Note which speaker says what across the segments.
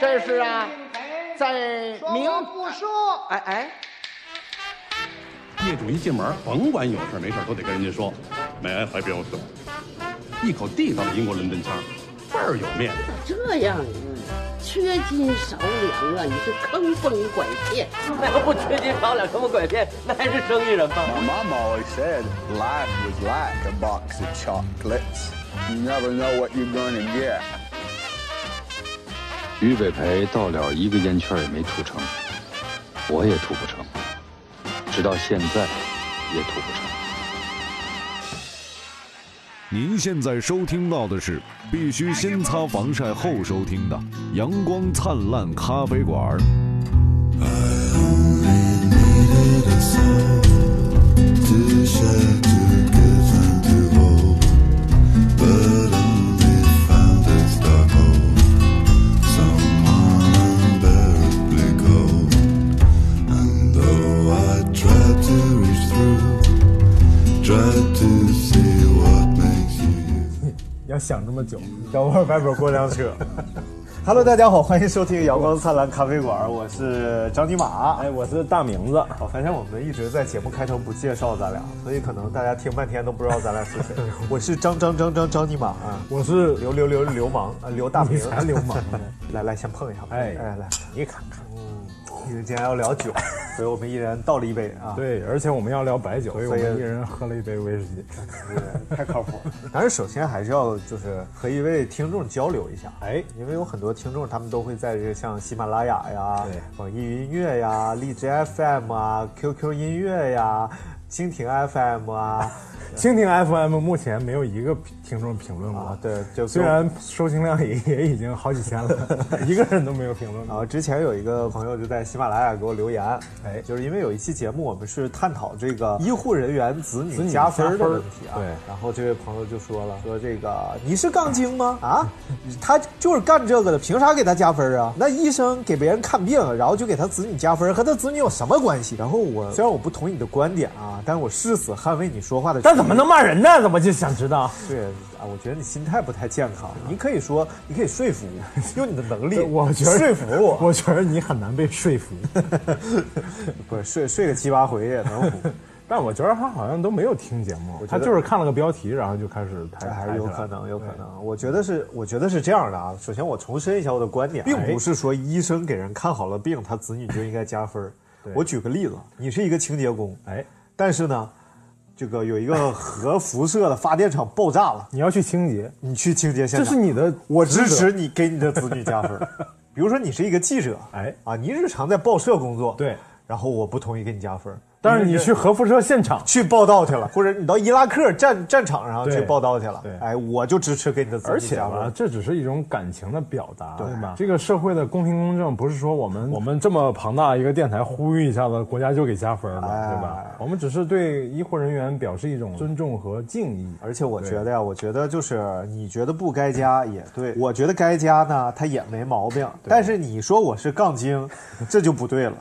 Speaker 1: 这是啊
Speaker 2: 命陪，
Speaker 1: 在
Speaker 2: 说
Speaker 1: 明
Speaker 2: 我不说，
Speaker 1: 哎哎，
Speaker 3: 业主一进门，甭管有事没事都得跟人家说，May I help you？一口地道的英国伦敦腔，倍儿有面子。
Speaker 4: 这样啊，缺斤少两啊，你是坑蒙拐骗。
Speaker 5: 那要不缺斤少两，什么拐骗？那还是生意人吗？
Speaker 6: My mom always said life was like a box of chocolates. You never know what you're gonna get.
Speaker 7: 于北培到了一个烟圈也没吐成，我也吐不成，直到现在也吐不成。
Speaker 8: 您现在收听到的是必须先擦防晒后收听的《阳光灿烂咖啡馆》。
Speaker 9: 要想这么久，等会儿外边过辆车。Hello，大家好，欢迎收听阳光灿烂咖啡馆，我是张尼玛，哎，我是大名子。哦，反正我们一直在节目开头不介绍咱俩，所以可能大家听半天都不知道咱俩 是谁。
Speaker 10: 哎
Speaker 9: 我是张张张张张尼玛，我是刘刘刘流氓啊，刘大明才流氓呢。 来来，先碰一下，哎哎来，你看看，
Speaker 10: 嗯
Speaker 9: 因为今天要 聊酒，所以我们一人倒了一杯啊。
Speaker 10: 对，而且我们要聊白酒，所以我们
Speaker 9: 所以哎
Speaker 10: 一人喝了一杯威士忌。
Speaker 9: 太靠谱。 但是首先还是要就是和一位听众交流一下，哎，因为有很多听众他们都会在这个像喜马拉雅呀、网易云音乐呀、荔枝 FM 啊、QQ 音乐呀、蜻蜓 FM 啊，
Speaker 10: 蜻蜓 FM 目前没有一个听众评论过，
Speaker 9: 啊对就
Speaker 10: 虽然收听量也也已经好几千 了，一个人都没有评论
Speaker 9: 然
Speaker 10: 过。
Speaker 9: 后啊之前有一个朋友就在喜马拉雅给我留言，
Speaker 10: 哎
Speaker 9: 就是因为有一期节目我们是探讨这个医护人员子女加分的问题啊，
Speaker 10: 对
Speaker 9: 然后这位朋友就说了，说这个你是杠精吗？啊，他就是干这个的，凭啥给他加分啊？那医生给别人看病，然后就给他子女加分，和他子女有什么关系？然后我虽然我不同意你的观点啊，但是我誓死捍卫你说话的权
Speaker 10: 但
Speaker 9: 利，
Speaker 10: 怎么能骂人呢？怎么就想知道？
Speaker 9: 对啊，我觉得你心态不太健康。你可以说，你可以说服我，用你的能力，
Speaker 10: 我觉得
Speaker 9: 说服我。
Speaker 10: 我觉得你很难被说服。
Speaker 9: 不是睡睡个七八回也能糊，
Speaker 10: 但我觉得他好像都没有听节目，
Speaker 9: 觉得
Speaker 10: 他就是看了个标题，然后就开始抬，
Speaker 9: 这还是有可
Speaker 10: 抬起来
Speaker 9: 能，
Speaker 10: 了
Speaker 9: 有可。能。我觉得是，我觉得是这样的啊。首先，我重申一下我的观点，并哎不是说医生给人看好了病，他子女就应该加分儿。我举个例子，你是一个清洁工，
Speaker 10: 哎，
Speaker 9: 但是呢，这个有一个核辐射的发电厂爆炸了，
Speaker 10: 你要去清洁，
Speaker 9: 你去清洁现
Speaker 10: 这
Speaker 9: 场，
Speaker 10: 是你的，
Speaker 9: 我支持。你给你的子女加分 儿。比如说你是一个记者，
Speaker 10: 哎
Speaker 9: 啊，你日常在报社工作，
Speaker 10: 对，
Speaker 9: 然后我不同意给你加分儿，
Speaker 10: 但是你去核辐射现场，
Speaker 9: 去报道去了，或者你到伊拉克战战场上去
Speaker 10: 对
Speaker 9: 报道去了
Speaker 10: 对，
Speaker 9: 哎，我就支持给你的子女
Speaker 10: 而且
Speaker 9: 加
Speaker 10: 吧
Speaker 9: 分，。
Speaker 10: 这只是一种感情的表达，
Speaker 9: 对
Speaker 10: 对吧？这个社会的公平公正，不是说我们我们这么庞大一个电台呼吁一下子，国家就给加分了，
Speaker 9: 哎
Speaker 10: 对吧？我们只是对医护人员表示一种尊重和敬意。
Speaker 9: 而且我觉得呀，我觉得就是你觉得不该加
Speaker 10: 嗯
Speaker 9: 也对，我觉得该加呢，他也没毛病。但是你说我是 杠精，这就不对了。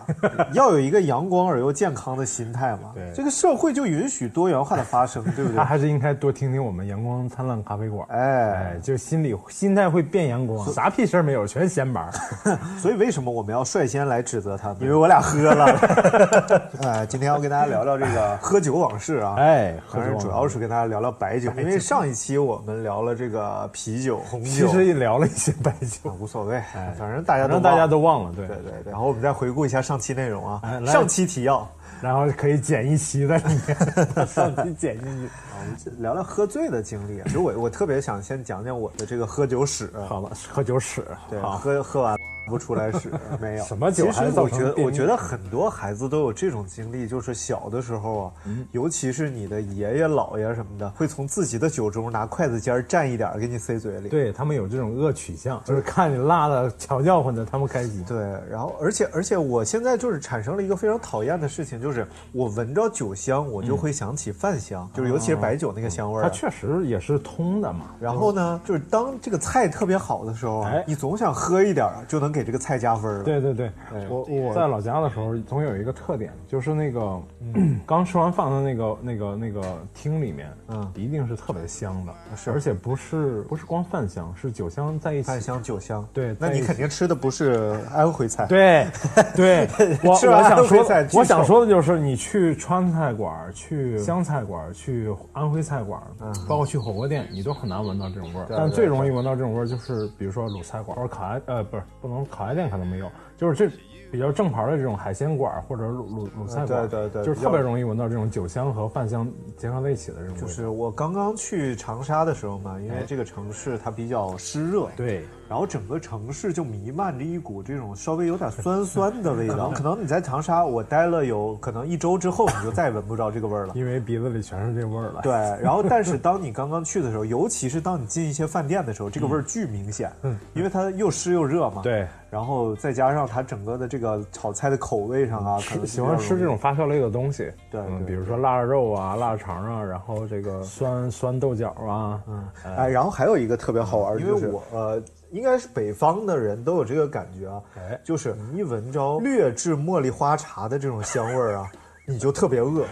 Speaker 9: 要有一个阳光而又健康的心态嘛。
Speaker 10: 对
Speaker 9: 这个社会就允许多元化的 发生，对不对
Speaker 10: 他？还是应该多听听我们阳光灿烂咖啡馆，
Speaker 9: 哎，
Speaker 10: 哎，就心里心态会变阳光，啥屁事儿没有，全闲玩儿。
Speaker 9: 所以为什么我们要率先来指责他们？因为我俩喝 了。哎，今天要跟大家聊聊这 个喝酒往事啊。
Speaker 10: 哎
Speaker 9: 当然
Speaker 10: 喝酒往事
Speaker 9: 主要是跟大家聊聊白酒，因为上一期我们聊了这个啤酒、红
Speaker 10: 其
Speaker 9: 酒，
Speaker 10: 实也聊了一些白酒，哎
Speaker 9: 无所谓，反正大家
Speaker 10: 反
Speaker 9: 都
Speaker 10: 正大家
Speaker 9: 忘了
Speaker 10: 都忘了，对
Speaker 9: 对对对。然后我们再回顾一下上期内容啊，
Speaker 10: 哎来
Speaker 9: 上期提要，
Speaker 10: 然后可以剪一期在里 面，上期剪一期。
Speaker 9: 啊聊聊喝醉的经历。其实我我特别想先讲讲我的这个喝酒史。啊
Speaker 10: 好了，喝酒屎，
Speaker 9: 对，
Speaker 10: 好，
Speaker 9: 喝喝完不出来屎，没有
Speaker 10: 什么酒
Speaker 9: 其实
Speaker 10: 还
Speaker 9: 我
Speaker 10: 造成
Speaker 9: 觉得，
Speaker 10: 便秘
Speaker 9: 我觉得很多孩子都有这种经历，就是小的时候啊，
Speaker 10: 嗯
Speaker 9: 尤其是你的爷爷姥爷什么的，会从自己的酒盅拿筷子尖儿蘸一点儿给你塞嘴里。
Speaker 10: 对他们有这种恶取向，就是看你辣的、瞧叫唤的，他们开心。
Speaker 9: 对，然后而且而且我现在就是产生了一个非常讨厌的事情，就是我闻着酒香，我就会想起饭香，就是尤其是白酒那个香味
Speaker 10: 嗯
Speaker 9: 儿啊、
Speaker 10: 哦它确实也是通的嘛。
Speaker 3: 嗯
Speaker 9: 然后呢，就是当这个菜特别好的时候啊，
Speaker 10: 哎
Speaker 9: 你总想喝一点儿，就能给这个菜加分了。
Speaker 3: 对对对，我我在老家的时候总有一个特点，就是那个、
Speaker 9: 嗯
Speaker 3: 嗯刚吃完饭的那个那个那个厅里面，嗯，一定是特别香的，
Speaker 9: 啊是
Speaker 3: 而且不是不是光饭香，是酒香在一起。
Speaker 9: 饭香酒香，
Speaker 3: 对
Speaker 9: 那
Speaker 3: 在一
Speaker 9: 你
Speaker 3: 起
Speaker 9: 肯定吃的不是安徽菜，，
Speaker 3: 对 对，我我
Speaker 9: 吃完
Speaker 3: 想
Speaker 9: 徽菜
Speaker 3: 说，
Speaker 9: 巨
Speaker 3: 我想
Speaker 9: 臭
Speaker 3: 说的就是，你去川菜馆儿、去湘菜馆儿、去安徽菜馆儿，
Speaker 9: 嗯
Speaker 3: 包括去火锅店，你都很难闻到这种味儿。但最容易闻到这种味儿就是，比如说鲁菜馆儿或者烤鸭，呃，不是不能烤鸭店可能没有，就是这比较正牌儿的这种海鲜馆儿或者鲁鲁鲁菜馆儿，
Speaker 9: 对对对
Speaker 3: 就是
Speaker 9: 比
Speaker 3: 特别
Speaker 9: 较
Speaker 3: 容易闻到这种酒香和饭香结合在一起的这种味道。哎
Speaker 9: 就是我刚刚去长沙的时候嘛，因为这个城市它比较湿热，
Speaker 3: 对，
Speaker 9: 然后整个城市就弥漫着一股这种稍微有点酸酸的味 道。可能你在长沙，我待了有可能一周之后，你就再也闻不着这个味儿了。
Speaker 3: 因为鼻子里全是这味儿了。
Speaker 9: 对，然后但是当你刚刚去的时候，尤其是当你进一些饭店的时候，这个味儿巨明显，嗯，因为它又湿又热嘛，
Speaker 3: 对，
Speaker 9: 然后再加上它整个的这个炒菜的口味上啊，可能
Speaker 3: 吃喜欢吃这种发酵类的东西，
Speaker 9: 对
Speaker 3: 嗯
Speaker 9: 对
Speaker 3: 比如说腊肉啊、腊肠啊，然后这个酸酸豆角啊，嗯，
Speaker 9: 哎，然后还有一个特别好玩儿，因为我呃，应该是北方的人都有这个感觉啊，
Speaker 3: 哎
Speaker 9: 就是你一闻着劣质茉莉花茶的这种香味儿啊，你就特别 饿，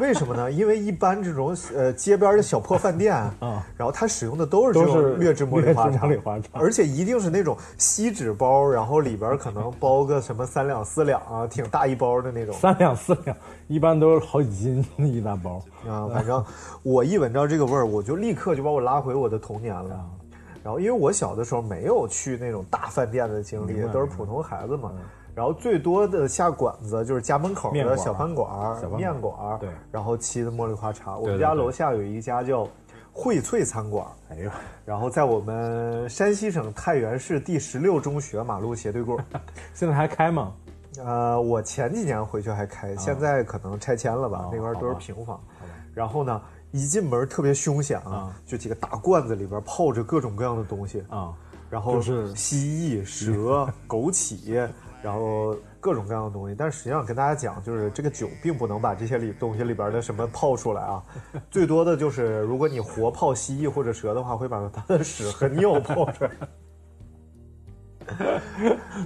Speaker 9: 为什么呢？因为一般这种呃街边儿的小破饭店啊，然后它使用的都是这
Speaker 3: 都是
Speaker 9: 种劣质茉莉花
Speaker 3: 劣质
Speaker 9: 茶，
Speaker 3: 茉莉花茶
Speaker 9: 而且一定是那种锡纸包，然后里边儿可能包个什么三两四两啊，挺大一包的那种。
Speaker 3: 三两四两，一般都是好几斤一大包。
Speaker 9: 啊，反正我一闻着这个味儿，我就立刻就把我拉回我的童年
Speaker 3: 啊
Speaker 9: 了。然后，因为我小的时候没有去那种大饭店的经历，都是普通孩子嘛。然后最多的下馆子就是家门口
Speaker 3: 嗯面
Speaker 9: 的
Speaker 3: 馆
Speaker 9: 小饭馆儿
Speaker 3: 小饭馆、
Speaker 9: 面馆儿，
Speaker 3: 对
Speaker 9: 然后沏的茉莉花茶。我
Speaker 3: 对
Speaker 9: 们
Speaker 3: 对
Speaker 9: 家
Speaker 3: 对
Speaker 9: 楼下有一家叫荟萃餐馆，
Speaker 3: 哎呦，
Speaker 9: 然后在我们山西省太原市第十六中学马路斜对过儿。
Speaker 3: 现在还开吗？啊
Speaker 9: 呃，我前几年回去还开，现在可能拆迁了
Speaker 3: 哦
Speaker 9: 吧，那边都是平房。然后呢，一进门特别凶险啊，就几个大罐子里边泡着各种各样的东西，
Speaker 3: 啊，
Speaker 9: 然后
Speaker 3: 就是
Speaker 9: 蜥 蜴、蛇、枸杞，然后各种各样的东西。但是实际上跟大家讲，就是这个酒并不能把这些里东西里边的什么泡出来 啊，最多的就是如果你活泡蜥蜴或者蛇的话，会把它的屎和尿泡出来。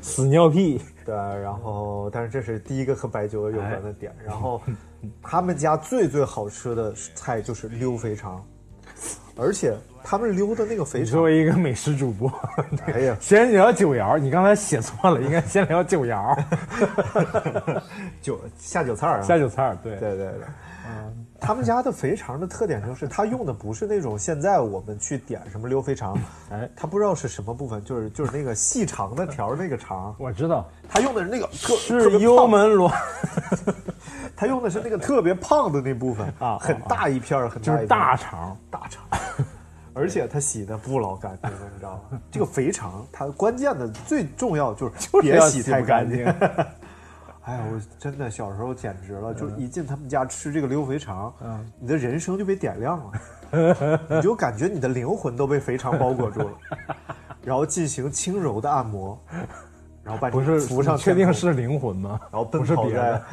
Speaker 3: 死尿屁，
Speaker 9: 对，然后但是这是第一个和白酒有关的点。
Speaker 3: 哎
Speaker 9: 然后他们家最最好吃的菜就是溜肥肠，而且他们溜的那个肥
Speaker 3: 作
Speaker 9: 肠，
Speaker 3: 为一个美食主播，
Speaker 9: 哎呀，
Speaker 3: 先聊九窑，你刚才写错了，应该先聊九窑
Speaker 9: 韭下 酒菜儿啊，
Speaker 3: 下酒菜儿。对，
Speaker 9: 对对对，嗯他们家的肥肠的特点就是，他用的不是那种现在我们去点什么溜肥肠，
Speaker 3: 哎
Speaker 9: 他不知道是什么部分，就是就是那个细长的条儿那个肠，
Speaker 3: 我知道
Speaker 9: 他用的是那个特特
Speaker 3: 是
Speaker 9: 别
Speaker 3: 幽
Speaker 9: 胖
Speaker 3: 门螺，
Speaker 9: 他用的是 那个特别胖的那部分
Speaker 3: 啊
Speaker 9: 很大一片儿，很
Speaker 3: 就
Speaker 9: 大
Speaker 3: 是
Speaker 9: 一片儿
Speaker 3: 大肠，
Speaker 9: 大肠， 而且它洗的不老干净，你知道 吗？这个肥肠，它关键的最重要就是别洗太干
Speaker 3: 就是
Speaker 9: 净
Speaker 3: 要洗。
Speaker 9: 哎呀，我真的小时候简直
Speaker 3: 嗯
Speaker 9: 了，就是一进他们家吃这个溜肥肠，你的人生就被点亮了， 你就感觉你的灵魂都被肥肠包裹住了，然后进行轻柔的按摩，然后把
Speaker 3: 不是
Speaker 9: 你扶上
Speaker 3: 你确
Speaker 9: 天
Speaker 3: 定
Speaker 9: 空，
Speaker 3: 是灵魂吗？
Speaker 9: 然后奔
Speaker 3: 不是
Speaker 9: 跑
Speaker 3: 别
Speaker 9: 在
Speaker 3: 的，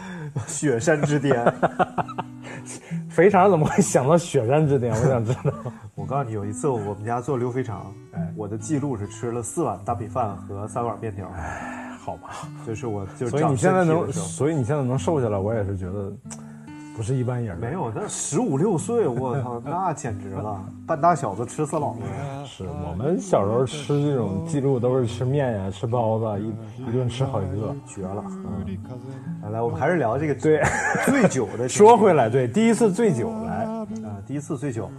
Speaker 9: 雪山之巅。
Speaker 3: 肥肠怎么会想到雪山之巅？我想知道。 嗯
Speaker 9: 我告诉你，有一次我们家做溜肥肠，哎我的记录是吃了四碗大米饭和三碗面条，
Speaker 3: 哎好吧，
Speaker 9: 这是我就是
Speaker 3: 所以
Speaker 9: 长
Speaker 3: 你现在
Speaker 9: 身体
Speaker 3: 能，
Speaker 9: 的时候
Speaker 3: 所以你现在能瘦下来，我也是觉得不是一般人。
Speaker 9: 没有？那十五六岁，我操， 那简直了，半大小子吃死老子。
Speaker 3: 是我们小时候吃这种记录都是吃面呀、吃包子，一一顿吃好几个，绝了。
Speaker 9: 嗯来来，我们还是聊这个
Speaker 3: 对
Speaker 9: 醉酒 的。
Speaker 3: 说回来，对，第一次醉酒来，
Speaker 9: 啊，第一次醉
Speaker 3: 嗯
Speaker 9: 酒，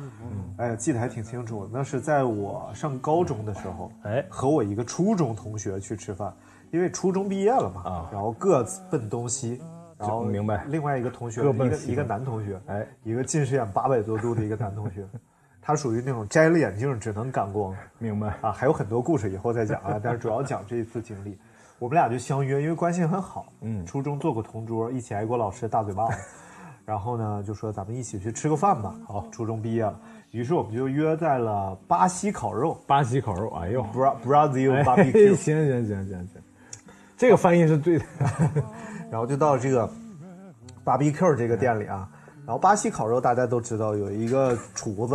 Speaker 9: 哎呀，记得还挺清楚。那是在我上高中的时候，
Speaker 3: 哎
Speaker 9: 和我一个初中同学去吃饭，因为初中毕业了嘛，
Speaker 3: 啊
Speaker 9: 然后各自奔东西，然后
Speaker 3: 明白
Speaker 9: 另外一个同学，
Speaker 3: 各
Speaker 9: 一
Speaker 3: 奔
Speaker 9: 个
Speaker 3: 西
Speaker 9: 一个
Speaker 3: 方
Speaker 9: 男同学，
Speaker 3: 哎，
Speaker 9: 一个近视眼八百多度的一个男同 学，他属于那种摘了眼镜只能感光
Speaker 3: 明白？
Speaker 9: 啊，还有很多故事以后再 讲啊，但是主要讲这一次经历。我们俩就相约，因为关系很好，嗯，初中做过同桌，一起挨过老师的大嘴巴子。然后呢，就说咱们一起去吃个饭吧。好，初中毕业了，于是我们就约在了巴西烤肉
Speaker 3: 巴西烤肉，哎呦，
Speaker 9: （Bra Brazil
Speaker 3: 哎
Speaker 9: Barbecue），、
Speaker 3: 行行行行行，这个翻译是对的。
Speaker 9: 然后就到这个 barbecue 这个店里啊。然后巴西烤肉大家都知道有一个厨子，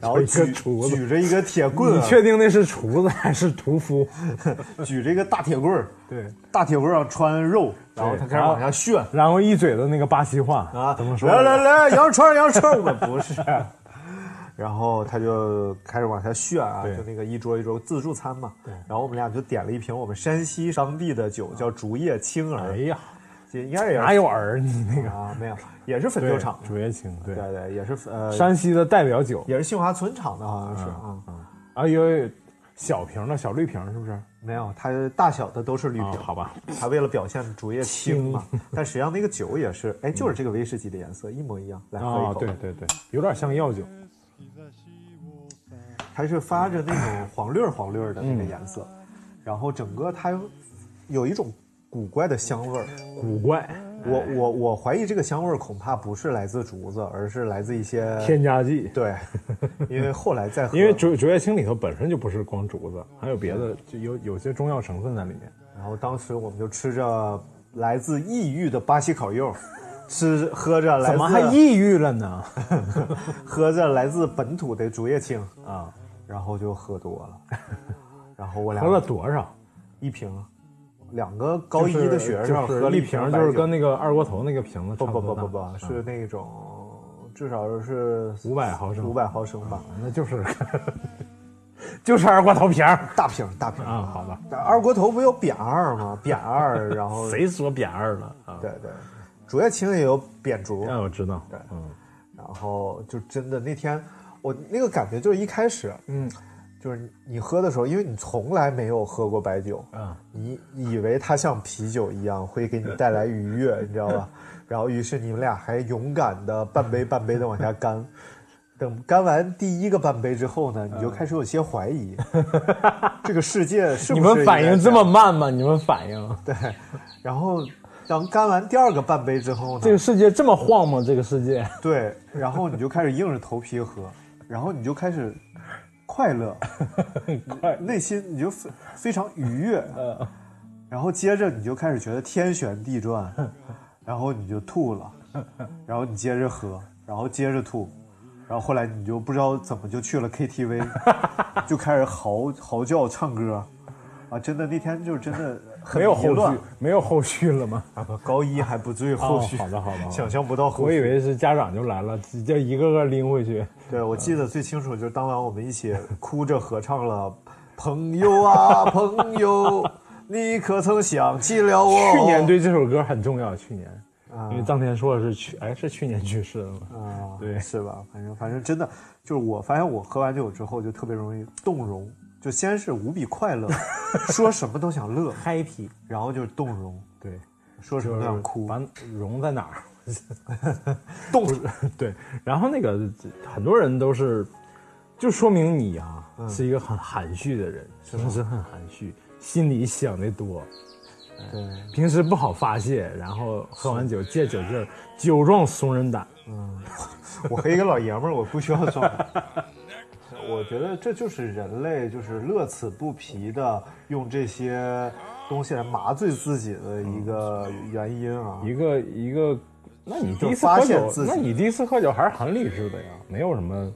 Speaker 9: 然后
Speaker 1: 一个
Speaker 9: 举
Speaker 1: 厨子
Speaker 9: 举着一个铁棍
Speaker 1: 你
Speaker 9: 啊，
Speaker 1: 确定那是厨子还是屠夫？
Speaker 9: 举着一个大铁棍儿，
Speaker 1: 对，
Speaker 9: 大铁棍儿上穿肉，然后他开始往下炫
Speaker 1: 然后一嘴的那个巴西话
Speaker 9: 啊，
Speaker 1: 怎么说？
Speaker 9: 来来来，羊肉串儿羊肉串儿，我不是。然后他就开始往下炫啊，
Speaker 1: 对
Speaker 9: 就那个一桌一桌自助餐嘛。对。然后我们俩就点了一瓶我们山西当地的酒，叫竹叶青
Speaker 1: 哎
Speaker 9: 儿，
Speaker 1: 呀，
Speaker 9: 这应该也
Speaker 1: 哪
Speaker 9: 是
Speaker 1: 有儿你那个？
Speaker 9: 啊，没有，也是汾
Speaker 1: 对
Speaker 9: 州厂的。
Speaker 1: 竹叶青，对
Speaker 9: 对，对，也是呃，
Speaker 1: 山西的代表酒
Speaker 9: 也是杏花村厂的，好像是啊。
Speaker 1: 嗯啊，有有小瓶的小绿瓶是不是？
Speaker 9: 没有，它大小的都是绿
Speaker 1: 啊
Speaker 9: 瓶，，
Speaker 1: 好吧，
Speaker 9: 它为了表现竹叶青嘛， 但实际上那个酒 也是，哎，就是这个威士忌的颜色一模一样。来喝一
Speaker 1: 啊，嗯
Speaker 9: 口，
Speaker 1: 对，对对，有点像药酒，
Speaker 9: 它是发着那种黄绿儿黄绿儿的那
Speaker 1: 嗯
Speaker 9: 个颜色，然后整个它有一种古怪的香味儿。
Speaker 1: 古怪，
Speaker 9: 我我我怀疑这个香味儿恐怕不是来自竹子，而是来自一些
Speaker 1: 添加剂。
Speaker 9: 对，因为后来再喝，
Speaker 1: 因为竹竹叶青里头本身就不是光竹子，还有别的，就有有些中药成分在里面。
Speaker 9: 然后当时我们就吃着来自异域的巴西烤肉，吃喝着来
Speaker 1: 怎
Speaker 9: 自
Speaker 1: 么还抑郁了呢？
Speaker 9: 喝着来自本土的竹叶青，
Speaker 1: 啊，
Speaker 9: 然后就喝多了， 然后我俩
Speaker 1: 喝了多少？
Speaker 9: 一瓶，两个高一的学生
Speaker 1: 就是
Speaker 9: 喝了
Speaker 1: 一
Speaker 9: 瓶
Speaker 1: 瓶，
Speaker 9: 白
Speaker 1: 就是
Speaker 9: 酒
Speaker 1: 跟那个二锅头那个瓶子差
Speaker 9: 不不
Speaker 1: 多
Speaker 9: 不
Speaker 1: 大
Speaker 9: 不不是那种至少是
Speaker 1: 500毫升啊
Speaker 9: 五百毫升吧，
Speaker 1: 那就是 就是二锅头瓶儿
Speaker 9: 大瓶大瓶
Speaker 1: 啊，好吧，
Speaker 9: 二锅头不有扁二吗？扁二，然 后
Speaker 1: 谁说扁二了啊？
Speaker 9: 对对，竹叶青也有扁竹，
Speaker 1: 那我知道，
Speaker 9: 对
Speaker 1: 嗯，
Speaker 9: 然后就真的那天我那个感觉就是一开始，嗯，就是你喝的时候，因为你从来没有喝过白酒，
Speaker 1: 啊，
Speaker 9: 你以为它像啤酒一样会给你带来愉悦，你知道吧？然后于是你们俩还勇敢的半杯半杯的往下干。等干完第一个半杯之后呢，
Speaker 1: 嗯
Speaker 9: 你就开始有些怀 疑，这个世界是不是
Speaker 1: 你们反
Speaker 9: 应该
Speaker 1: 应这
Speaker 9: 样
Speaker 1: 么慢吗？你们反应
Speaker 9: 对？然后当干完第二个半杯之后呢，
Speaker 1: 这个世界这么晃吗？这个世界
Speaker 9: 对，然后你就开始硬着头皮喝，然后你就开始快乐，
Speaker 1: 快嗯
Speaker 9: 内心你就非非常愉悦，然后接着你就开始觉得天旋地转，然后你就吐 了，然后你接着喝，然后接着吐，然后后来你就不知道怎么就去 了 KTV，就开始嚎嚎叫唱歌，啊，真的那天就是真的很
Speaker 1: 没有
Speaker 9: 迷
Speaker 1: 后
Speaker 9: 乱
Speaker 1: 续，，没有后续了吗？
Speaker 9: 高一还啊不至于后续，
Speaker 1: 哦好的好的好的
Speaker 9: 想象不到后 续，
Speaker 1: 我以为是家长就来了，直接一个个拎回去。
Speaker 9: 对，我
Speaker 1: 嗯
Speaker 9: 记得最清楚就是当晚我们一起哭着合唱了《朋友啊朋友》，你可曾想起了我？
Speaker 1: 去年对这首歌很重要，去年，因为臧天硕是去，哎，是去年去世的吗？
Speaker 9: 啊，
Speaker 1: 对
Speaker 9: 是吧？反正反正真的就是我发现我喝完酒之后就特别容易动容，就先是无比 快乐，说什么都想乐
Speaker 1: ，happy，
Speaker 9: 然后就是动容，
Speaker 1: 对，
Speaker 9: 说什么
Speaker 1: 就
Speaker 9: 都
Speaker 1: 是
Speaker 9: 想哭，
Speaker 1: 完融在哪儿？
Speaker 9: 动
Speaker 1: 对，然后那个很多人都是，就说明你啊、
Speaker 9: 嗯
Speaker 1: 是一个很含蓄的人，平时很含蓄，心里想的多，哎
Speaker 9: 对，
Speaker 1: 平时不好发泄，然后喝完酒借酒劲儿，酒壮怂人胆。
Speaker 9: 我和一个老爷们儿，我不需要装。 我觉得这就是人类，就是乐此不疲的用这些东西来麻醉自己的一个原因啊。
Speaker 1: 一个一个，那你第一次
Speaker 9: 就发
Speaker 1: 喝
Speaker 9: 现
Speaker 1: 酒，
Speaker 9: 自己
Speaker 1: 那你第一次喝酒还是很理智的呀，没有什么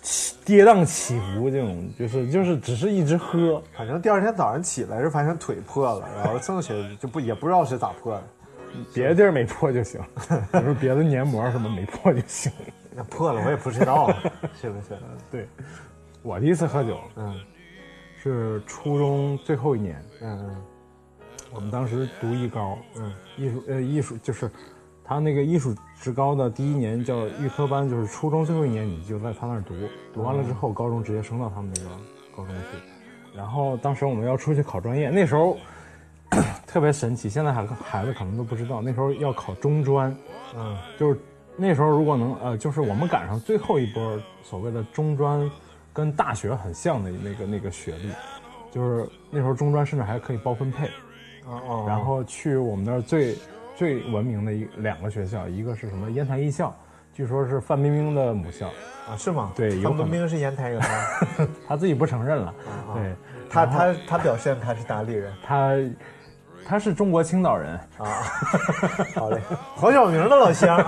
Speaker 1: 起跌宕起伏这种，就是就是只是一直喝，
Speaker 9: 反正第二天早上起来是发现腿破了，然后剩下就不也不知道是咋破的，
Speaker 1: 别的地儿没破就行，比如别的黏膜什么没破就行。
Speaker 9: 那破了我也不知道，啊 是不是？
Speaker 1: 对，我第一次喝酒，
Speaker 9: 嗯，
Speaker 1: 是初中最后一年，
Speaker 9: 嗯
Speaker 1: 我们当时读艺高，
Speaker 9: 嗯，
Speaker 1: 艺术呃艺术就是，他那个艺术职高的第一年叫预科班，就是初中最后一年你就在他那儿读，读完了之后高中直接升到他们那个高中去，然后当时我们要出去考专业，那时候 特别神奇，现在孩子孩子可能都不知道，那时候要考中专，
Speaker 9: 嗯
Speaker 1: 就是那时候如果能呃，就是我们赶上最后一波所谓的中专跟大学很像的那个那个学历，就是那时候中专甚至还可以包分配，
Speaker 9: 嗯哦
Speaker 1: 然后去我们那儿最最文明的一两个学校，一个是什么烟台艺校，据说是范冰冰的母校，
Speaker 9: 啊是吗？
Speaker 1: 对有
Speaker 9: 范
Speaker 1: 可能
Speaker 9: 冰冰是烟台人吗？
Speaker 1: 她自己不承认了，对
Speaker 9: 他他他表现他是哪里 人？
Speaker 1: 她她是中国青岛人，
Speaker 9: 啊好嘞，黄晓明的老乡。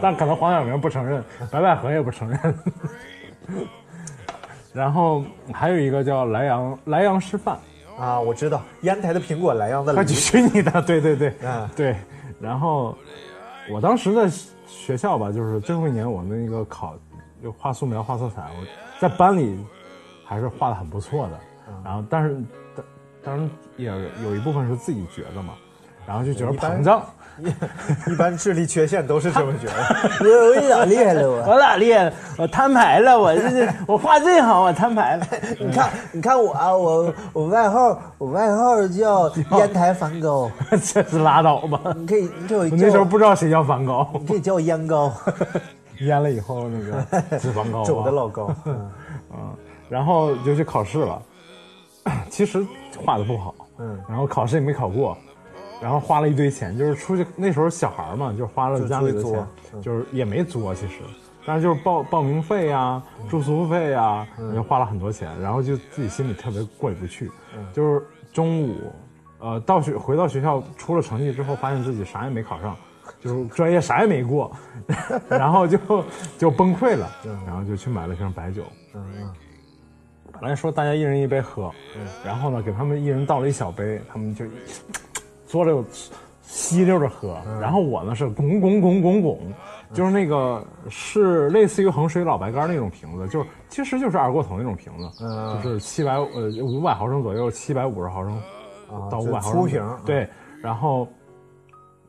Speaker 1: 但可能黄晓明不承认，白百合也不承认。 然后还有一个叫莱阳莱阳师范，
Speaker 9: 啊，我知道，烟台的苹果，莱阳的
Speaker 1: 快
Speaker 9: 梨
Speaker 1: 去，娶你的，对对对，
Speaker 9: 啊
Speaker 1: 对。然后我当时在学校吧，就是最后一年我那个考就画素描、画色彩，我在班里还是画的很不错的。
Speaker 9: 嗯
Speaker 1: 然后但是当当然也有一部分是自己觉得嘛，然后就觉得
Speaker 9: 一般
Speaker 1: 膨胀，
Speaker 9: 一般智力缺陷都是这么觉得。我咋厉害了我？
Speaker 1: 我咋厉害了？我摊牌了，我这我画最好，我摊牌了。
Speaker 9: 你看，你看我啊，我我外号我外号叫烟台梵高，
Speaker 1: 这是拉倒吧！
Speaker 9: 你可以你可
Speaker 1: 我
Speaker 9: 以叫
Speaker 1: 那时候不知道谁叫梵高，
Speaker 9: 你可以叫我烟高，
Speaker 1: 腌了以后那个脂肪 高，啊
Speaker 9: 走的老高。
Speaker 1: 然后就去考试了。 其实画的不好，
Speaker 9: 嗯
Speaker 1: 然后考试也没考过，然后花了一堆钱，就是出去那时候小孩嘛，就花了家里的
Speaker 9: 就出去
Speaker 1: 钱
Speaker 9: 作，嗯
Speaker 1: 就是也没作其实，但是就是报报名费啊、
Speaker 9: 嗯
Speaker 1: 住宿费啊，就花了很多钱，然后就自己心里特别过意不去，
Speaker 9: 嗯
Speaker 1: 就是中午，呃，到学回到学校出了成绩之后，发现自己啥也没考上。就是专业啥也没过， 然后就就崩溃了，然后就去买了瓶白酒，本来说大家一人一杯喝，然后呢，给他们一人倒了一小杯，他们就嘬溜吸溜着喝，然后我呢是拱拱拱拱拱，就是那个是类似于衡水老白干那种瓶子，就是其实就是二锅头那种瓶子，
Speaker 9: 嗯啊
Speaker 1: 就是七百呃五百毫升左右，七百五十毫升到五
Speaker 9: 啊就
Speaker 1: 百毫升
Speaker 9: 粗瓶
Speaker 1: 对，然后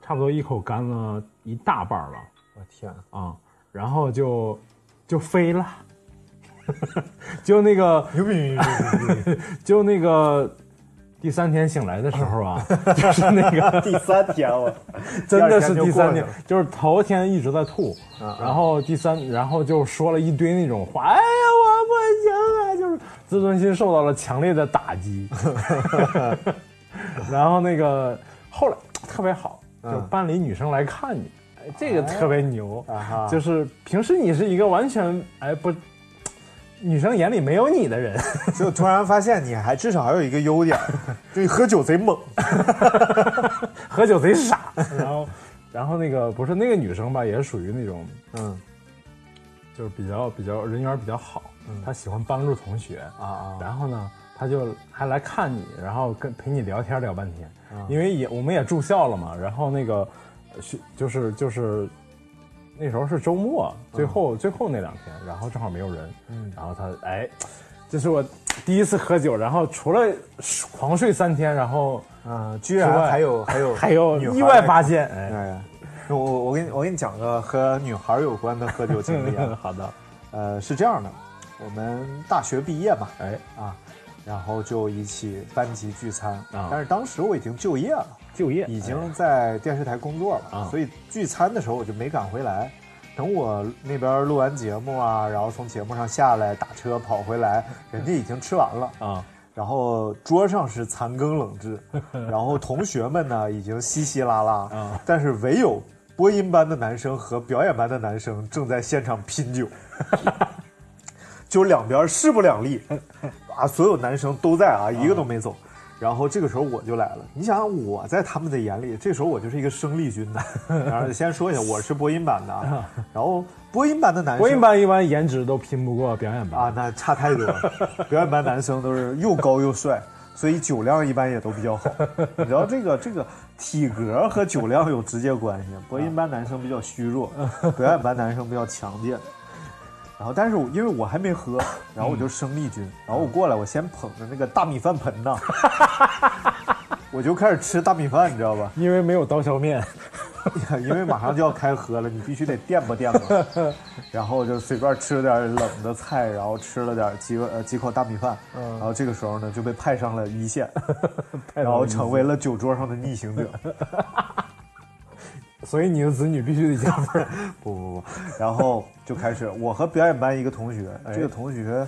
Speaker 1: 差不多一口干了一大半儿吧，
Speaker 9: 我天，
Speaker 1: 啊，然后就就飞了， 就那个
Speaker 9: 牛逼牛逼！
Speaker 1: 就那个第三天醒来的时候啊，就是那个
Speaker 5: 第三天我
Speaker 1: 真的是
Speaker 5: 第二
Speaker 1: 第
Speaker 5: 天就过
Speaker 1: 三
Speaker 5: 去
Speaker 1: 天
Speaker 5: 了，嗯
Speaker 1: 就是头天一直在吐，然后第三，然后就说了一堆那种话，哎呀，我不行啊，就是自尊心受到了强烈的打 击。 然后那个后来特别好，
Speaker 5: 嗯
Speaker 1: 就班里女生来看你，哎这个特别牛，
Speaker 9: 啊哈
Speaker 1: 就是平时你是一个完全哎不，女生眼里没有你的人。
Speaker 9: 就突然发现你还至少还有一个优 点，
Speaker 5: 对，喝酒贼猛，
Speaker 1: 啊喝酒贼傻，然后，然后那个不是那个女生吧，也是属于那种，
Speaker 9: 嗯，
Speaker 1: 就是比较比较人缘比较好，她喜欢帮助同学啊
Speaker 9: 啊
Speaker 1: 然后呢，她就还来看你，然后跟陪你聊天聊半天，因为也我们也住校了嘛，然后那个呃学就是就是那时候是周末，最后、最后那两天，然后正好没有人，然后她哎，这是我第一次喝酒，然后除了狂睡三天，然后。
Speaker 9: 啊，居
Speaker 1: 之
Speaker 9: 然
Speaker 1: 外
Speaker 9: 还有还 有
Speaker 1: 还有
Speaker 9: 女孩
Speaker 1: 意外
Speaker 9: 来
Speaker 1: 发现，哎，
Speaker 9: 哎，我我我给你我给你讲个和女孩有关的喝酒经历
Speaker 1: 。
Speaker 9: 啊
Speaker 1: 好的，
Speaker 9: 呃，是这样的，我们大学毕业嘛，
Speaker 1: 哎，
Speaker 9: 啊，然后就一起班级聚餐。
Speaker 1: 啊
Speaker 9: 但是当时我已经就业了，
Speaker 1: 就业
Speaker 9: 已经在电视台工作了，
Speaker 1: 哎啊
Speaker 9: 所以聚餐的时候我就没赶回来。等我那边录完节目啊，然后从节目上下来，打车跑回来，人家已经吃完了。
Speaker 1: 啊，
Speaker 9: 然后桌上是残羹冷 炙，然后同学们呢已经稀稀拉拉，
Speaker 1: 啊
Speaker 9: 但是唯有播音班的男生和表演班的男生正在现场拼酒， 就两边势不 两立，啊，所有男生都在啊，
Speaker 1: 嗯
Speaker 9: 一个都没走。然后这个时候我就来了，你想想我在他们的眼里，这时候我就是一个生 力军呐。然后先说一下，我是播音班的，啊，然后播音班的男生，
Speaker 1: 嗯播音哎班一般颜值都拼不过表演班
Speaker 9: 啊，那差太多了。表演班男生都是又高又帅，所以酒量一般也都比较好。你知道这个这个体格和酒量有直接关系。播音班男生比较虚弱，表演班男生比较强健。然后，但是我因为我还没喝，然后我就生力军，然后我过来，我先捧着那个大米饭盆呐，我就开始吃大米饭，你知道吧？
Speaker 1: 因为没有刀削面，
Speaker 9: 因为马上就要开喝了，你必须得垫吧垫 吧。然后就随便吃了点冷的菜，然后吃了点几个呃几口大米饭，然后这个时候呢就被派上了一 线，然后成为了酒桌上的逆行者。
Speaker 1: 所以你的子女必须得加 分。
Speaker 9: 不不不，然后就开始我和表演班一个同学，这个同学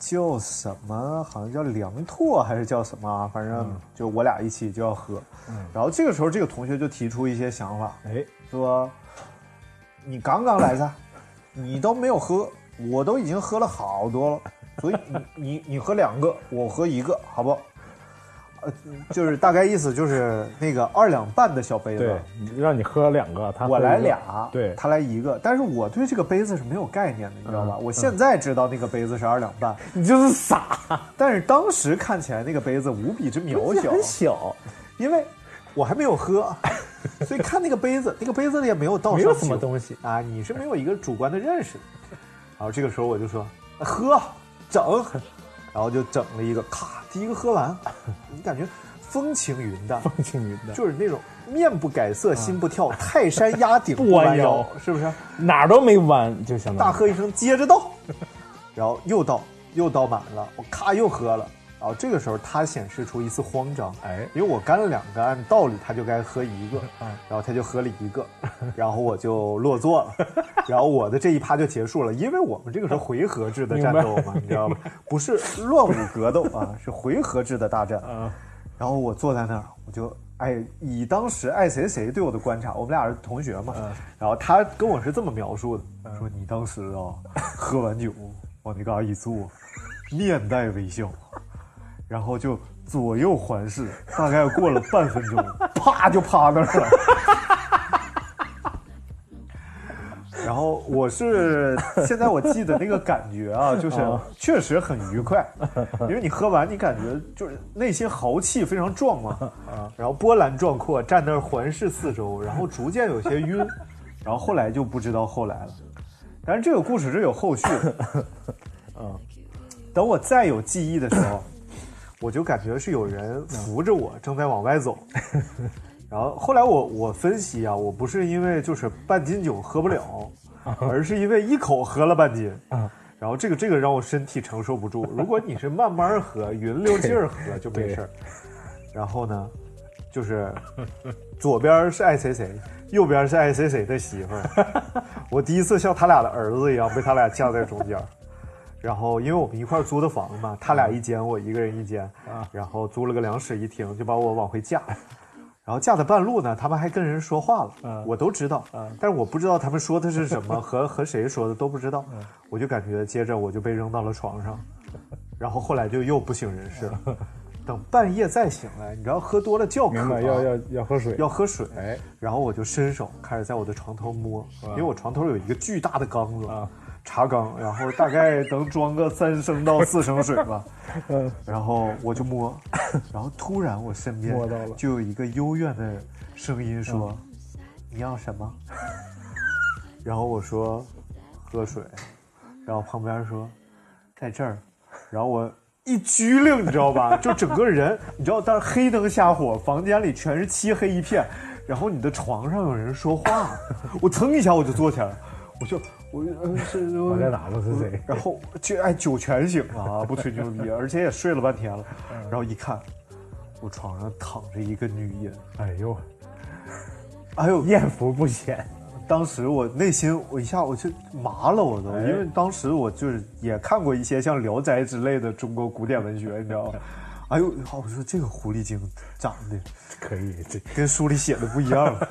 Speaker 9: 叫什么？好像叫梁拓还是叫什么啊？反正
Speaker 1: 嗯
Speaker 9: 就我俩一起就要喝。然后这个时候，这个同学就提出一些想法，
Speaker 1: 哎，
Speaker 9: 说：“你刚刚来的，你都没有喝，我都已经喝了好多了，所以你你你喝两个，我喝一个，好不好？”呃，就是大概意思就是那个二两半的小杯子
Speaker 1: 对，，让你喝两个，他喝
Speaker 9: 我来
Speaker 1: 一个
Speaker 9: 俩，
Speaker 1: 对
Speaker 9: 他来一个，但是我对这个杯子是没有概念的，你知道吧？
Speaker 1: 嗯
Speaker 9: 我现在知道那个杯子是二两 半，
Speaker 1: 你就是傻，
Speaker 9: 但是当时看起来那个杯子无比之渺小，
Speaker 1: 很小，
Speaker 9: 因为我还没 有喝，所以看那个杯子，那个杯子里也没有倒
Speaker 1: 没有
Speaker 9: 上
Speaker 1: 什么
Speaker 9: 酒
Speaker 1: 东西
Speaker 9: 啊，你是没有一个主观的认识的。然后这个时候我就说喝整，然后就整了一个，咔，第一个喝完，你感觉风轻云淡，
Speaker 1: 风轻云淡，
Speaker 9: 就是那种面不改色心 不跳，泰山压顶
Speaker 1: 嗯不弯
Speaker 9: 弯
Speaker 1: 腰嗯
Speaker 9: 是不是？
Speaker 1: 哪儿都没弯，就相当于
Speaker 9: 大喝一声，接着倒， 然后又倒，又倒满了，我咔又喝了。然后这个时候他显示出一丝慌张，
Speaker 1: 哎嗯
Speaker 9: 因为我干了两个，按道理他就该喝 一个，然后他就喝了一个， 然后我就落座了， 然后我的这一趴就结束了，因为我们这个是回合制的战斗嘛，你知道吗？不是乱舞格斗啊，是回合制的大战。然后我坐在那儿，我就哎，以当时爱谁谁对我的观察，我们俩是同学嘛，然后他跟我是这么描述的，说你当时啊，喝完酒往那嘎一坐，面带微笑，然后就左右环视，大概过了半分钟，啪就趴那儿了。然后我是现在我记得那个感觉啊，就是确实很愉快，因为你喝完你感觉就是那些豪气非常壮嘛，啊然后波澜壮阔，站那儿环视四周，然后逐渐有些晕，然后后来就不知道后来了。但是这个故事是有后续的，嗯，等我再有记忆的时候，我就感觉是有人扶着我正在往外走，然后后来我我分析啊，我不是因为就是半斤酒喝不了，而是因为一口喝了半斤。然后这个这个让我身体承受不住。如果你是慢慢喝，匀溜劲儿喝就没事儿。然后呢，就是左边是爱谁谁，右边是爱谁谁的媳妇 儿。我第一次像他俩的儿子一样被他俩架在中间儿。然后因为我们一块儿租的房嘛，他俩一间，我一个人一间，然后租了个两室一厅，就把我往回架。然后架在半路呢，他们还跟人说话了，我都知道，但是我不知道他们说的是什么，嗯 和和谁说的都不知道，我就感觉接着我就被扔到了床上，然后后来就又不省人事了。等半夜再醒来，你知道喝多了觉渴
Speaker 1: 明
Speaker 9: 啊，
Speaker 1: 白要要要喝水，
Speaker 9: 要喝水，
Speaker 1: 哎
Speaker 9: 然后我就伸手开始在我的床头摸，因为我床头有一个巨大的缸子
Speaker 1: 啊，
Speaker 9: 茶缸，然后大概能装个三升到四升水吧，然后我就摸， 然后突然我身边
Speaker 1: 摸到了嗯
Speaker 9: 就有一个幽怨的声音说：“你要什么？” 然后我说：“喝水。”然后旁边说：“在这儿。”然后我一激灵，你知道吧？ 就整个人，你知道，当时黑灯瞎火，房间里全是漆黑一片，然后你的床上有人说话，我噌一下我就坐起来了，我就我呃是我
Speaker 1: 我在哪？我是谁？
Speaker 9: 然后就哎酒全醒了啊， 不吹牛逼，而且也睡了半天了，然后一看，我床上躺着一个女人，
Speaker 1: 哎呦，
Speaker 9: 哎呦，
Speaker 1: 艳福不浅，
Speaker 9: 当时我内心，我一下我就麻了，我都，
Speaker 1: 哎
Speaker 9: 因为当时我就是也看过一些像《聊斋》之类的中国古典文学，你知道吗？哎呦，我说这个狐狸精长得
Speaker 1: 可以，这
Speaker 9: 跟书里写的不一样 了，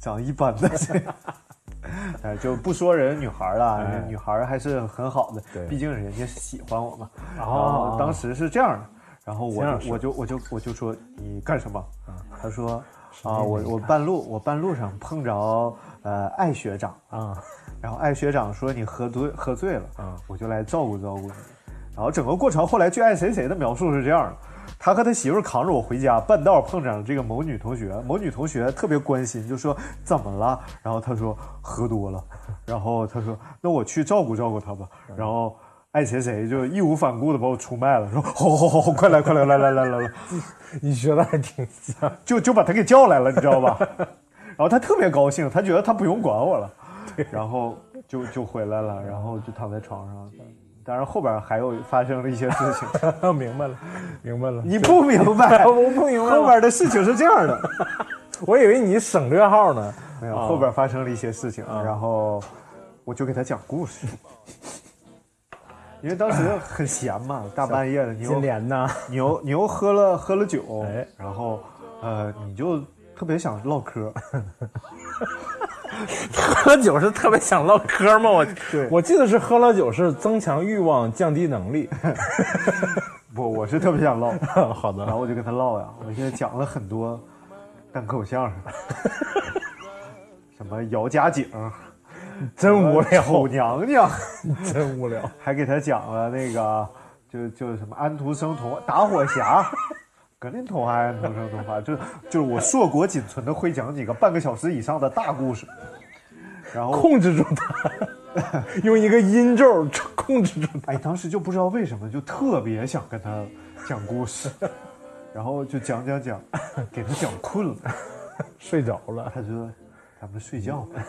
Speaker 9: 长一般的。 哎，就不说人女孩了，人女孩还是很好的，毕竟人家喜欢我嘛。然后当时是这样的，然后我
Speaker 1: 这样
Speaker 9: 就我就我就我就说你干什么？他说啊，我我半路我半路上碰着呃艾学长
Speaker 1: 啊，
Speaker 9: 然后艾学长说你喝醉喝醉了，我就来照顾照顾你。然后整个过程后来据爱谁谁的描述是这样的。他和他媳妇儿扛着我回家，半道碰上了这个某女同学，某女同学特别关心，就说怎么了？然后他说喝多了， 然后他说那我去照顾照顾她吧。然后爱谁谁就义无反顾的把我出卖了，说好好好好，快来快来来来来来来，
Speaker 1: 你学的还挺像，
Speaker 9: 就就把他给叫来了，你知道吧？然后他特别高兴，他觉得他不用管我了，然后就就回来了，然后就躺在床上。当然后边还有发生了一些事 情，
Speaker 1: 明白了，明白了。
Speaker 9: 你不明白，
Speaker 1: 我不明白了
Speaker 9: 后边的事情是这样的，
Speaker 1: 我以为你省略号呢，
Speaker 9: 没有，后边发生了一些事情，
Speaker 1: 啊
Speaker 9: 然后我就给他讲故事， 因为当时很闲嘛，大半夜的，你又
Speaker 1: 金莲呐，
Speaker 9: 你又你又喝了喝了酒，
Speaker 1: 哎
Speaker 9: 然后呃，你就特别想 唠嗑，
Speaker 1: 喝酒是特别想唠嗑吗？我
Speaker 9: 对
Speaker 1: 我记得是喝了酒是增强欲望、降低能力。
Speaker 9: 不，我是特别想唠，
Speaker 1: 好
Speaker 9: 然
Speaker 1: 的，
Speaker 9: 后我就跟他唠呀，我现在讲了很多单口 相声，什么姚家井，
Speaker 1: 真无聊，
Speaker 9: 丑娘娘，
Speaker 1: 真无聊。
Speaker 9: 还给他讲了那个，就就是什么安徒生童话《打火匣》，格林童话、安徒生童话，就是就是我硕果仅存的会讲几个半个小时以上的大故事，然后
Speaker 1: 控制住它， 用一个音咒控制住它。
Speaker 9: 哎，当时就不知道为什么，就特别想跟他讲故事， 然后就讲讲讲，给他讲困了，
Speaker 1: 睡着了，
Speaker 9: 他就说咱们睡觉吧。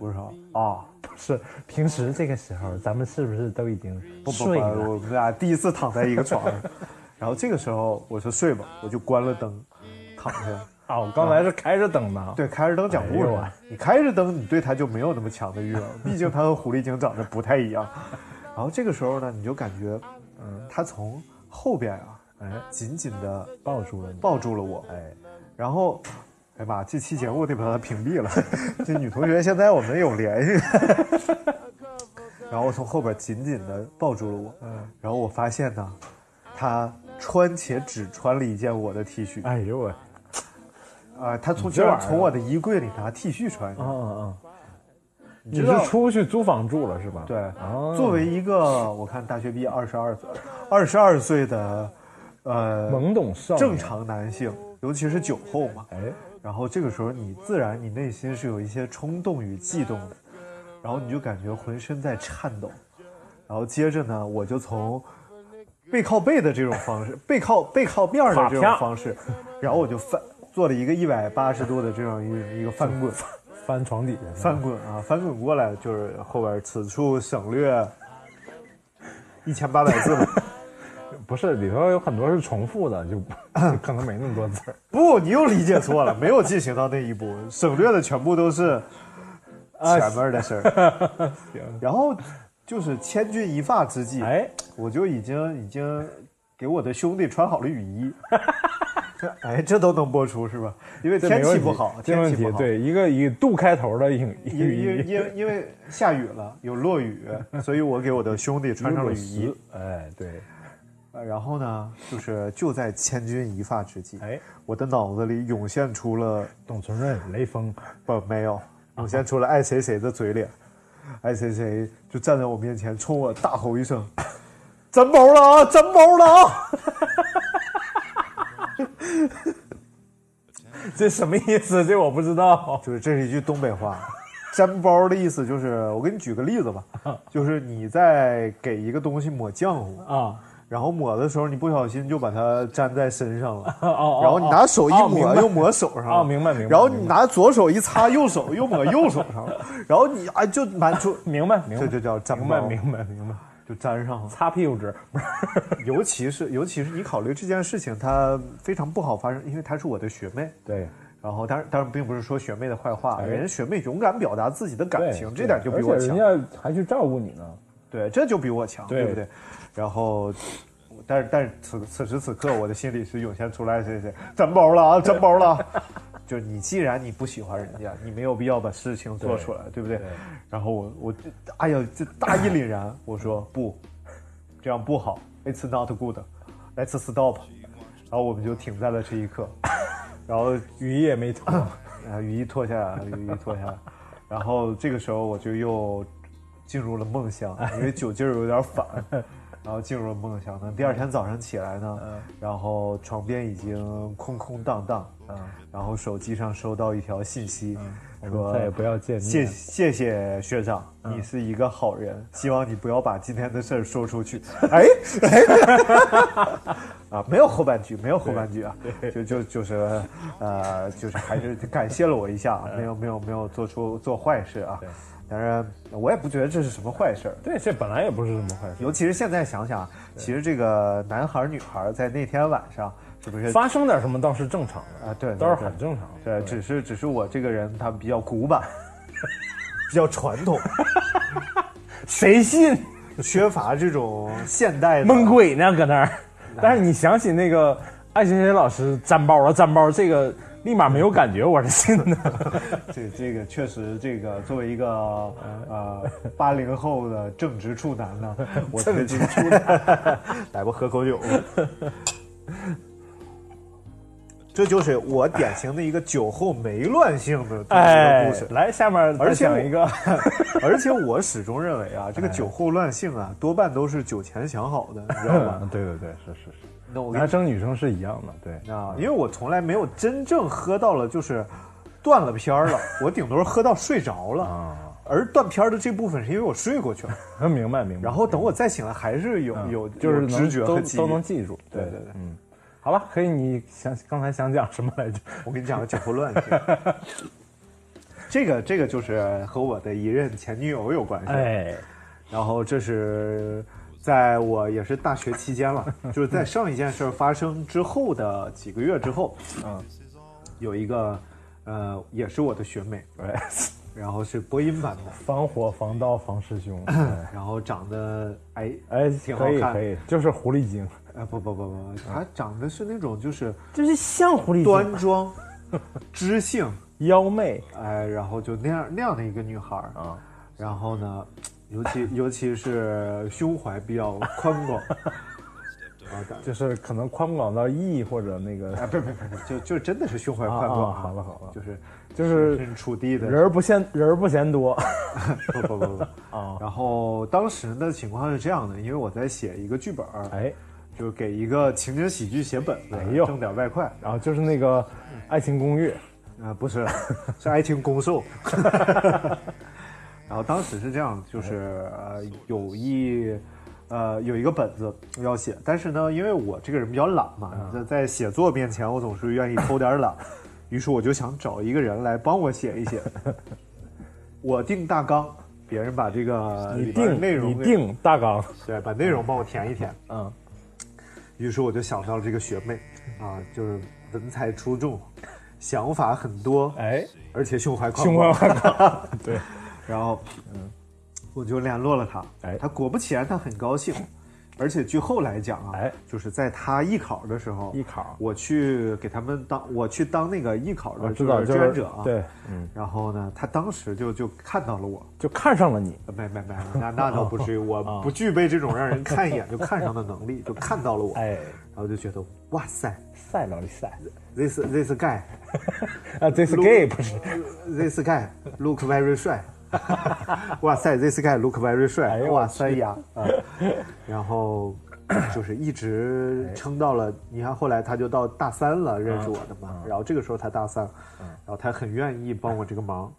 Speaker 9: 我说啊，
Speaker 2: 是平时这个时候，咱们是不是都已经
Speaker 9: 不不不，
Speaker 2: 睡了？
Speaker 9: 我们俩第一次躺在一个床上， 然后这个时候我说睡吧，我就关了灯，躺下。
Speaker 1: 啊，我刚才是开着灯的，
Speaker 9: 对，开着灯讲故事
Speaker 1: 哎呦
Speaker 9: 嘛。你开着灯，你对它就没有那么强的欲望，毕竟它和狐狸精长得不太一样。然后这个时候呢，你就感觉，嗯，它从后边啊，哎，紧紧的
Speaker 1: 抱住了你。
Speaker 9: 抱住了我，哎，然后，哎呀妈，这期节目我得把她屏蔽了。 这女同学现在我们有联系， 然后从后边紧紧的抱住了我，嗯，然后我发现呢，她穿且只穿了一件我的 T 恤，
Speaker 1: 哎呦喂，
Speaker 9: 啊，她从
Speaker 1: 这玩意儿
Speaker 9: 从我的衣柜里拿 T 恤穿上，
Speaker 1: 嗯嗯，
Speaker 9: 你
Speaker 1: 你
Speaker 9: 知
Speaker 1: 是
Speaker 9: 道
Speaker 1: 出去租房住了是吧？
Speaker 9: 嗯对，
Speaker 1: 哦
Speaker 9: 作为一个我看大学毕业二十二岁，二十二岁的，呃，
Speaker 1: 懵懂少年
Speaker 9: 正。常男性，尤其是酒后嘛，
Speaker 1: 哎，
Speaker 9: 然后这个时候你自然你内心是有一些冲动与悸动的，然后你就感觉浑身在颤抖，然后接着呢，我就从背靠背的这种方式， 背靠背靠面的这
Speaker 1: 法
Speaker 9: 种
Speaker 1: 啪
Speaker 9: 方式，然后我就翻做了一个一百八十度的这样一个一个翻滚。
Speaker 1: 翻床底下。
Speaker 9: 翻滚啊，翻滚过来就是后边此处省略一千八百字吧。
Speaker 1: 不是里头有很多是重复的， 就就可能没那么多字儿。
Speaker 9: 不，你又理解错了，没有进行到那一步，省略的全部都是
Speaker 1: 啊
Speaker 9: 前面的事儿。然后就是千钧一发之际，
Speaker 1: 哎，
Speaker 9: 我就已经已经给我的兄弟穿好了雨衣。 这哎，这都能播出是吧？因为
Speaker 1: 这
Speaker 9: 天
Speaker 1: 没问
Speaker 9: 气
Speaker 1: 题
Speaker 9: 不好，
Speaker 1: 这
Speaker 9: 天
Speaker 1: 问
Speaker 9: 气不
Speaker 1: 题
Speaker 9: 好。
Speaker 1: 对一个以度开头的影
Speaker 9: 因因
Speaker 1: 语音。
Speaker 9: 因因为下雨了，有 落雨，所以我给我的兄弟穿上了雨衣。
Speaker 1: 哎，对，
Speaker 9: 呃然后呢，就是就在千钧一发之际，
Speaker 1: 哎，
Speaker 9: 我的脑子里涌现出了
Speaker 1: 董存瑞、雷锋，
Speaker 9: 不没有，涌现出了爱谁谁的嘴脸，爱谁谁就站在我面前，冲我大吼一声：“咱毛了啊，咱毛了啊
Speaker 1: 这什么意思？这我不知道！”。
Speaker 9: 就是这是一句东北话。粘包的意思就是，我给你举个例子吧，就是你在给一个东西抹浆糊，
Speaker 1: 啊
Speaker 9: 然后抹的时候你不小心就把它粘在身上了，
Speaker 1: 哦哦，
Speaker 9: 然后你拿手一
Speaker 1: 哦明
Speaker 9: 抹，
Speaker 1: 白
Speaker 9: 又抹手上了。
Speaker 1: 哦明白明白
Speaker 9: 然后你拿左手一擦，右手又抹右手上了。然后你啊，就满出，
Speaker 1: 明白明白，
Speaker 9: 这就叫粘
Speaker 1: 明白
Speaker 9: 包
Speaker 1: 明白明白，
Speaker 9: 就粘上了。
Speaker 1: 擦屁股纸不是
Speaker 9: 尤其是尤其是你考虑这件事情，它非常不好发生，因为她是我的学妹。
Speaker 1: 对。
Speaker 9: 然后，当然，当然，并不是说学妹的坏话，
Speaker 1: 哎
Speaker 9: 人家学妹勇敢表达自己的感情，这点就比我
Speaker 1: 而且
Speaker 9: 强。
Speaker 1: 人家还去照顾你呢。
Speaker 9: 对，这就比我强，对
Speaker 1: 对
Speaker 9: 不对？然后，但是但是此此时此刻，我的心里是涌现出来谁谁粘包了啊，粘包了。 就你既然你不喜欢人家，你没有必要把事情做出来，对不对？然后我我这哎呀，这大义凛然，我说不，这样不好，It's not good。Let's stop。然后我们就停在了这一刻，然后
Speaker 1: 雨衣也没 脱，
Speaker 9: 啊，雨衣脱下来了，雨衣脱下来，然后这个时候我就又进入了梦乡，
Speaker 1: 哎
Speaker 9: 因为酒劲儿有点反， 然后进入了梦乡呢。第二天早上起来
Speaker 1: 嗯
Speaker 9: 呢，然后床边已经空空荡荡，
Speaker 1: 嗯
Speaker 9: 然后手机上收到一条信息，说
Speaker 1: 再也不要见面
Speaker 9: 谢谢谢学长，
Speaker 1: 嗯
Speaker 9: 你是一个好人，希望你不要把今天的事儿说 出去。哎哎， 啊，没有后半句，没有后半句 啊，就就就是，呃，就是还是感谢了我一下，啊
Speaker 1: 嗯
Speaker 9: 没有没有没有做出做坏事啊。当然，我也不觉得这是什么坏事儿。
Speaker 1: 对，这本来也不是什么坏事。
Speaker 9: 尤其是现在想想，其实这个男孩儿女孩儿在那天晚上是不是
Speaker 1: 发生点什么倒是正常的
Speaker 9: 啊对对
Speaker 1: 倒是很正常的。
Speaker 9: 对，只是只是我这个人他比较古板， 比较传统，
Speaker 1: 谁信
Speaker 9: 缺乏这种现代的
Speaker 1: 蒙
Speaker 9: 哎
Speaker 1: 鬼呢？搁那儿。但是你想起那个爱谁谁老师粘包了，粘包这个立马没有感觉，我是信 的。
Speaker 9: 这这个确实，这个作为一个呃八零后的正直处男呢，我正直处 男，来吧，喝口酒。这就是我典型的一个酒后没乱性的故事
Speaker 1: 哎
Speaker 9: 故事。，
Speaker 1: 来下面再
Speaker 9: 而且我
Speaker 1: 讲一个，
Speaker 9: 而且我 始终认为啊，这个酒后乱性啊，多半都是酒前想好的，你知道吗？
Speaker 1: 嗯对对对，是是是，
Speaker 9: 那我跟你
Speaker 1: 男生女生是一样的，对。
Speaker 9: 啊，因为我从来没有真正喝到了就是断了 片儿了，我顶多是喝到睡着
Speaker 1: 啊
Speaker 9: 了。而断片儿的这部分是因为我睡过去了，
Speaker 1: 明白明白。
Speaker 9: 然后等我再醒来还是有有
Speaker 1: 嗯就是
Speaker 9: 有
Speaker 1: 能
Speaker 9: 知觉
Speaker 1: 都
Speaker 9: 和记忆，
Speaker 1: 都能记住。
Speaker 9: 对对对
Speaker 1: 嗯，好了，可以，你想刚才想讲什么来着？
Speaker 9: 我跟你讲个酒后乱 性，这个这个就是和我的一任前女友有关系。
Speaker 1: 哎，
Speaker 9: 然后这是在我也是大学期 间了，就是在上一件事儿发生之后的几个月之后，嗯，有一个呃也是我的学妹，然后是播音版的，
Speaker 1: 哎防火、防盗、防师兄。
Speaker 9: 然后长得哎
Speaker 1: 哎，
Speaker 9: 挺好
Speaker 1: 可以
Speaker 9: 看
Speaker 1: 可以，嗯就是狐狸精，
Speaker 9: 啊不不不不，她长得是那种就是
Speaker 1: 就是像狐狸
Speaker 9: 端庄、 知性，
Speaker 1: 妖媚，
Speaker 9: 哎，然后就那样那样的一个女孩啊，然后呢，尤其 尤其是胸怀比较宽广，
Speaker 1: 就是可能宽不广到 E 或者那 个，
Speaker 9: 啊，不是不是不是，就就真的是胸怀宽广、
Speaker 1: 啊啊好了好了
Speaker 9: 就是
Speaker 1: 就是
Speaker 9: 身处地的
Speaker 1: 人儿不嫌人儿不嫌多。
Speaker 9: 不不不 不
Speaker 1: 啊
Speaker 9: 然后当时的情况是这样的，因为我在写一个剧本，
Speaker 1: 哎，
Speaker 9: 就是给一个情景喜剧写本子，
Speaker 1: 哎呦
Speaker 9: 挣点外快。
Speaker 1: 然后就是那个《爱情公寓》，
Speaker 9: 啊、不是，是爱情攻受。然后当时是这样，就是
Speaker 1: 哎
Speaker 9: 呃有一呃有一个本子要写，但是呢，因为我这个人比较懒嘛，在
Speaker 1: 嗯
Speaker 9: 在写作面前，我总是愿意偷 点懒，于是我就想找一个人来帮我写一写。我定大纲，别人把这个
Speaker 1: 你
Speaker 9: 呃里边的
Speaker 1: 定
Speaker 9: 内容
Speaker 1: 你
Speaker 9: 给
Speaker 1: 定大纲，
Speaker 9: 对，把内容帮我填一填。
Speaker 1: 嗯，
Speaker 9: 于是我就想到了这个学妹，啊，就是文采出众，想法很多，
Speaker 1: 哎，
Speaker 9: 而且胸怀宽
Speaker 1: 胸
Speaker 9: 广
Speaker 1: 宽。 宽广，对，
Speaker 9: 然后，嗯，我就联络了她，
Speaker 1: 哎
Speaker 9: 她果不其然，她很高兴。而且据后来讲啊，
Speaker 1: 哎
Speaker 9: 就是在她艺考的时候，
Speaker 1: 艺考
Speaker 9: 我去给他们当，我去当那个艺考
Speaker 1: 我
Speaker 9: 的
Speaker 1: 知道，
Speaker 9: 就是
Speaker 1: 就
Speaker 9: 志愿
Speaker 1: 是
Speaker 9: 者啊，
Speaker 1: 对，嗯，
Speaker 9: 然后呢，她当时就就看到了我，
Speaker 1: 就看上了你，
Speaker 9: 没没没，那那倒不至于，我不具备这种让人看一眼就看上的能力，就看到了我，
Speaker 1: 哎，
Speaker 9: 然后就觉得哇塞
Speaker 1: 赛老师赛
Speaker 9: ，this this guy
Speaker 1: 啊，这是 gay 不是？
Speaker 9: 呃 this guy look very 帅，哇塞，this guy look very 帅
Speaker 1: 哎，呦
Speaker 9: 哇
Speaker 1: 我去
Speaker 9: 塞呀，啊，然后就是一直
Speaker 1: 哎
Speaker 9: 撑到了，你看后来他就到大三了认
Speaker 1: 嗯
Speaker 9: 识我的嘛，然后这个时候他大三，然后他很愿意帮我这个忙，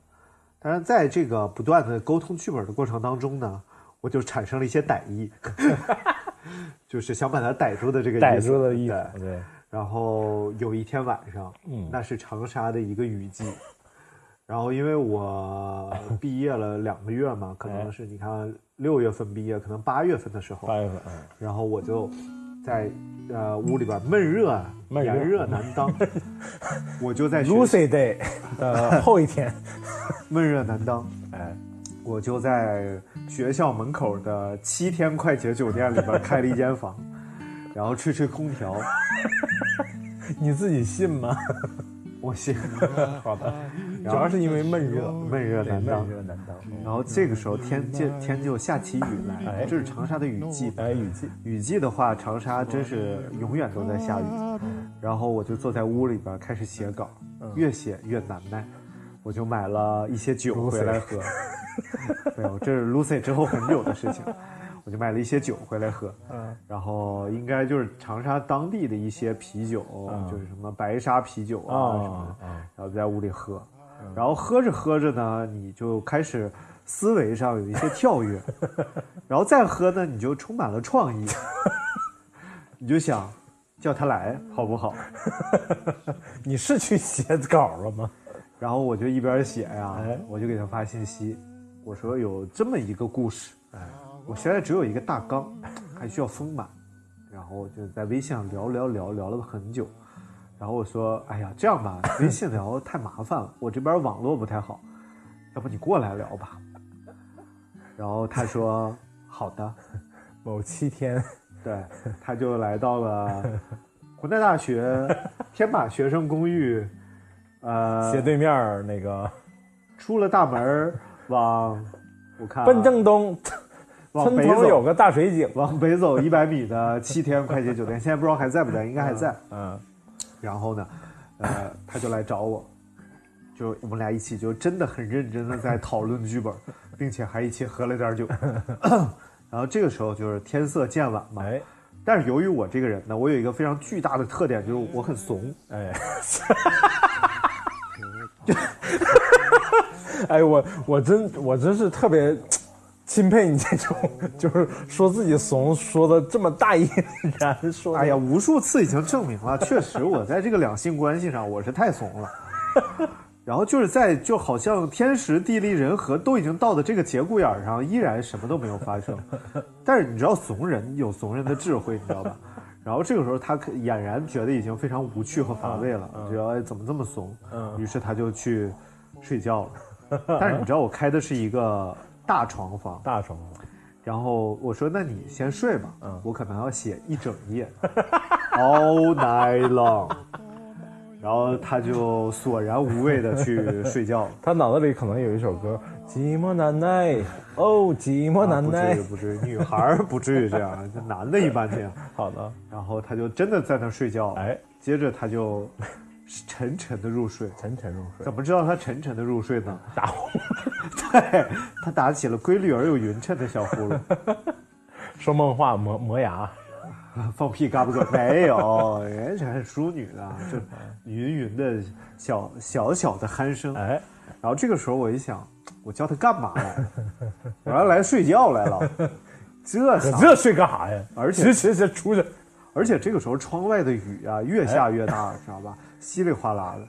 Speaker 9: 但是在这个不断的沟通剧本的过程当中呢，我就产生了一些歹意， 就是想把他逮住的这个意思
Speaker 1: 逮住的意思
Speaker 9: 对，
Speaker 1: 对，
Speaker 9: 然后有一天晚上，嗯，那是长沙的一个雨季，然后因 为我毕业了两个月嘛，可能是你看六月份毕业，可能八月份的时
Speaker 1: 哎
Speaker 9: 候，
Speaker 1: 八月份，嗯。
Speaker 9: 然后我就在呃屋里边闷热啊，
Speaker 1: 闷热
Speaker 9: 炎热难 当，我就在学
Speaker 1: Lucy Day 的后一天，
Speaker 9: 闷热难当，
Speaker 1: 哎，
Speaker 9: 我就在学校门口的七天快捷酒店里边开了一间房，然后吹吹空调，
Speaker 1: 你自己信吗？
Speaker 9: 我信。
Speaker 1: 好的，主要是因为闷热，
Speaker 9: 闷热难当嗯
Speaker 1: 闷热难当。
Speaker 9: 然后这个时候天天天就下起雨来，这是长沙的雨季。
Speaker 1: 哎，雨季，
Speaker 9: 雨季的话，长沙真是永远都在下雨。然后我就坐在屋里边开始写稿，越写越难耐，我就买了一些酒
Speaker 1: Lucy
Speaker 9: 回来喝。没有，这是 Lucy 之后很久的事情。我就买了一些酒回来喝，然后应该就是长沙当地的一些啤酒，就是什么白沙啤酒啊
Speaker 1: 啊嗯
Speaker 9: 什么的，然后在屋里喝，然后喝着喝着呢，你就开始思维上有一些 跳跃，然后再喝呢，你就充满了创意， 你就想叫他来好不好？
Speaker 1: 你是去写稿了吗？
Speaker 9: 然后我就一边写呀
Speaker 1: 哎，
Speaker 9: 我就给他发信息，我说有这么一个故事，哎我现在只有一个大纲，
Speaker 1: 嗯
Speaker 9: 还需要丰满。然后就在微信上聊聊聊聊了很久，然后我说，哎呀，这 样吧，微信聊太麻烦了，我这边网络不太好，要不你过来聊吧。然后他说好的，
Speaker 1: 某七天，
Speaker 9: 对，他就来到了湖南大学天马学生公寓呃，
Speaker 1: 斜对面儿那个
Speaker 9: 出了大门儿往我看啊
Speaker 1: 奔正东，
Speaker 9: 往
Speaker 1: 村
Speaker 9: 北
Speaker 1: 头
Speaker 9: 走
Speaker 1: 有个大水井，
Speaker 9: 往北走一百米的七天快捷酒店，现在不知道还在不在，应该还在。
Speaker 1: 嗯，
Speaker 9: 然后呢，呃，他就来找我，就我们俩一起就真的很认真的在讨论剧本，并且还一起喝 了点酒。然后这个时候就是天色渐晚嘛，
Speaker 1: 哎
Speaker 9: 但是由于我这个人呢，我有一个非常巨大的特点，就是我很怂。
Speaker 1: 哎，哎，我我真我真是特别钦佩你这种， 就是说自己怂说的这么大义凛 然，说
Speaker 9: 哎呀，无数次已经证明了， 确实我在这个两性关系上我是太怂了。 然后就是在就好像天时地利人和都已经到的这个节骨眼儿上，依然什么都没有发生。 但是你知道怂人有怂人的智慧，你知道吧？ 然后这个时候他可俨然觉得已经非常无趣和乏味了，觉得、哎怎么这么怂？于是他就去睡觉了。但是你知道我开的是一个大床房，
Speaker 1: 大床
Speaker 9: 然后我说：“那你先睡吧，
Speaker 1: 嗯
Speaker 9: 我可能要写一整夜，all night long。”然后他就索然无味的去睡觉 了。
Speaker 1: 他脑子里可能有一首歌《寂寞难耐》，哦，寂寞
Speaker 9: 啊
Speaker 1: 难
Speaker 9: 不
Speaker 1: 耐
Speaker 9: 至于，。不至于，女孩儿不至于这样，这男的一般这样。
Speaker 1: 好的，
Speaker 9: 然后他就真的在那儿睡觉了，
Speaker 1: 哎，
Speaker 9: 接着他就沉沉的入睡。
Speaker 1: 沉沉入睡
Speaker 9: 怎，么知道他沉沉的入睡呢？
Speaker 1: 打呼，
Speaker 9: 对，他打起了规律而又匀称的小呼噜。
Speaker 1: 说梦话磨磨牙，
Speaker 9: 放屁嘎巴嘴没 有，人家还是淑女呢，
Speaker 1: 嗯
Speaker 9: 就云云的小小小的鼾声。
Speaker 1: 哎，
Speaker 9: 然后这个时候我一想，我叫他干嘛 来了？我让他来睡觉来了，这
Speaker 1: 搁
Speaker 9: 啥？
Speaker 1: 这睡干啥呀？
Speaker 9: 而且
Speaker 1: 去去去出去，
Speaker 9: 而且这个时候窗外的雨
Speaker 1: 哎
Speaker 9: 啊，越下越大，知道吧？稀里哗啦的。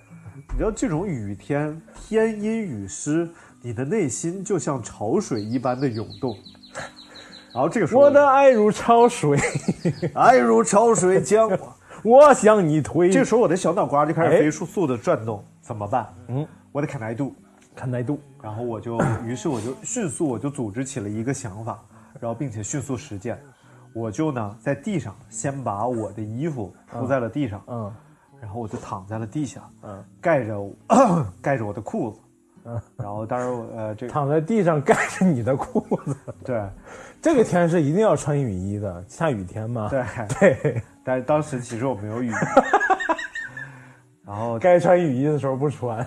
Speaker 9: 你知道这种雨天，天阴雨湿，你的内心就像潮水一般的涌 动。然后这个时候，
Speaker 1: 我的爱如潮水，
Speaker 9: 爱如潮水将我。
Speaker 1: 我向你推。
Speaker 9: 这时候我的小脑瓜就开始
Speaker 1: 嗯哎
Speaker 9: 飞速速的转动，怎么办？嗯，我得砍难度。
Speaker 1: 看耐度，
Speaker 9: 然后我就，于是我就迅速我就组织起了一个想法，然后并且迅速实践。我就呢在地上先把我的衣服铺在了地上，
Speaker 1: 嗯，
Speaker 9: 然后我就躺在了地下，
Speaker 1: 嗯，
Speaker 9: 盖着我 盖着我的裤子，嗯，然后当然我呃这
Speaker 1: 躺在地上盖着你的裤子。
Speaker 9: 对
Speaker 1: 这个天是一定要穿雨衣的，下雨天嘛。
Speaker 9: 对，
Speaker 1: 对，
Speaker 9: 但是当时其实我没有雨，然后
Speaker 1: 该穿雨衣的时候不 穿。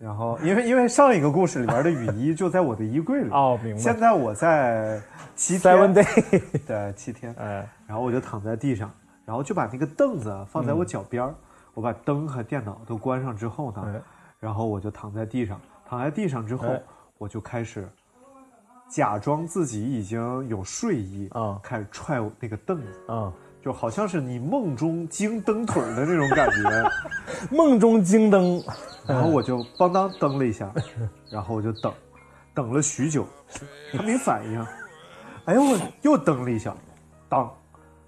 Speaker 9: 然后，因为因为上一个故事里边的雨衣就在我的衣柜里
Speaker 1: 哦明白
Speaker 9: 现在我在七天
Speaker 1: Seven day，
Speaker 9: 对七天，
Speaker 1: 哎，
Speaker 9: 然后我就躺在地上，然后就把那个凳子放在我脚边儿、我把灯和电脑都关上之后呢，
Speaker 1: 嗯哎
Speaker 9: 然后我就躺在地上，躺在地上之后，
Speaker 1: 哎
Speaker 9: 我就开始假装自己已经有睡意
Speaker 1: 啊
Speaker 9: 开始踹我那个凳子，
Speaker 1: 啊，
Speaker 9: 就好像是你梦中惊蹬腿儿的那种感觉。
Speaker 1: 梦中惊灯，
Speaker 9: 然后我就邦当蹬了一下，然后我就等，等了许久，他没反应。哎呦，我又蹬了一下，当，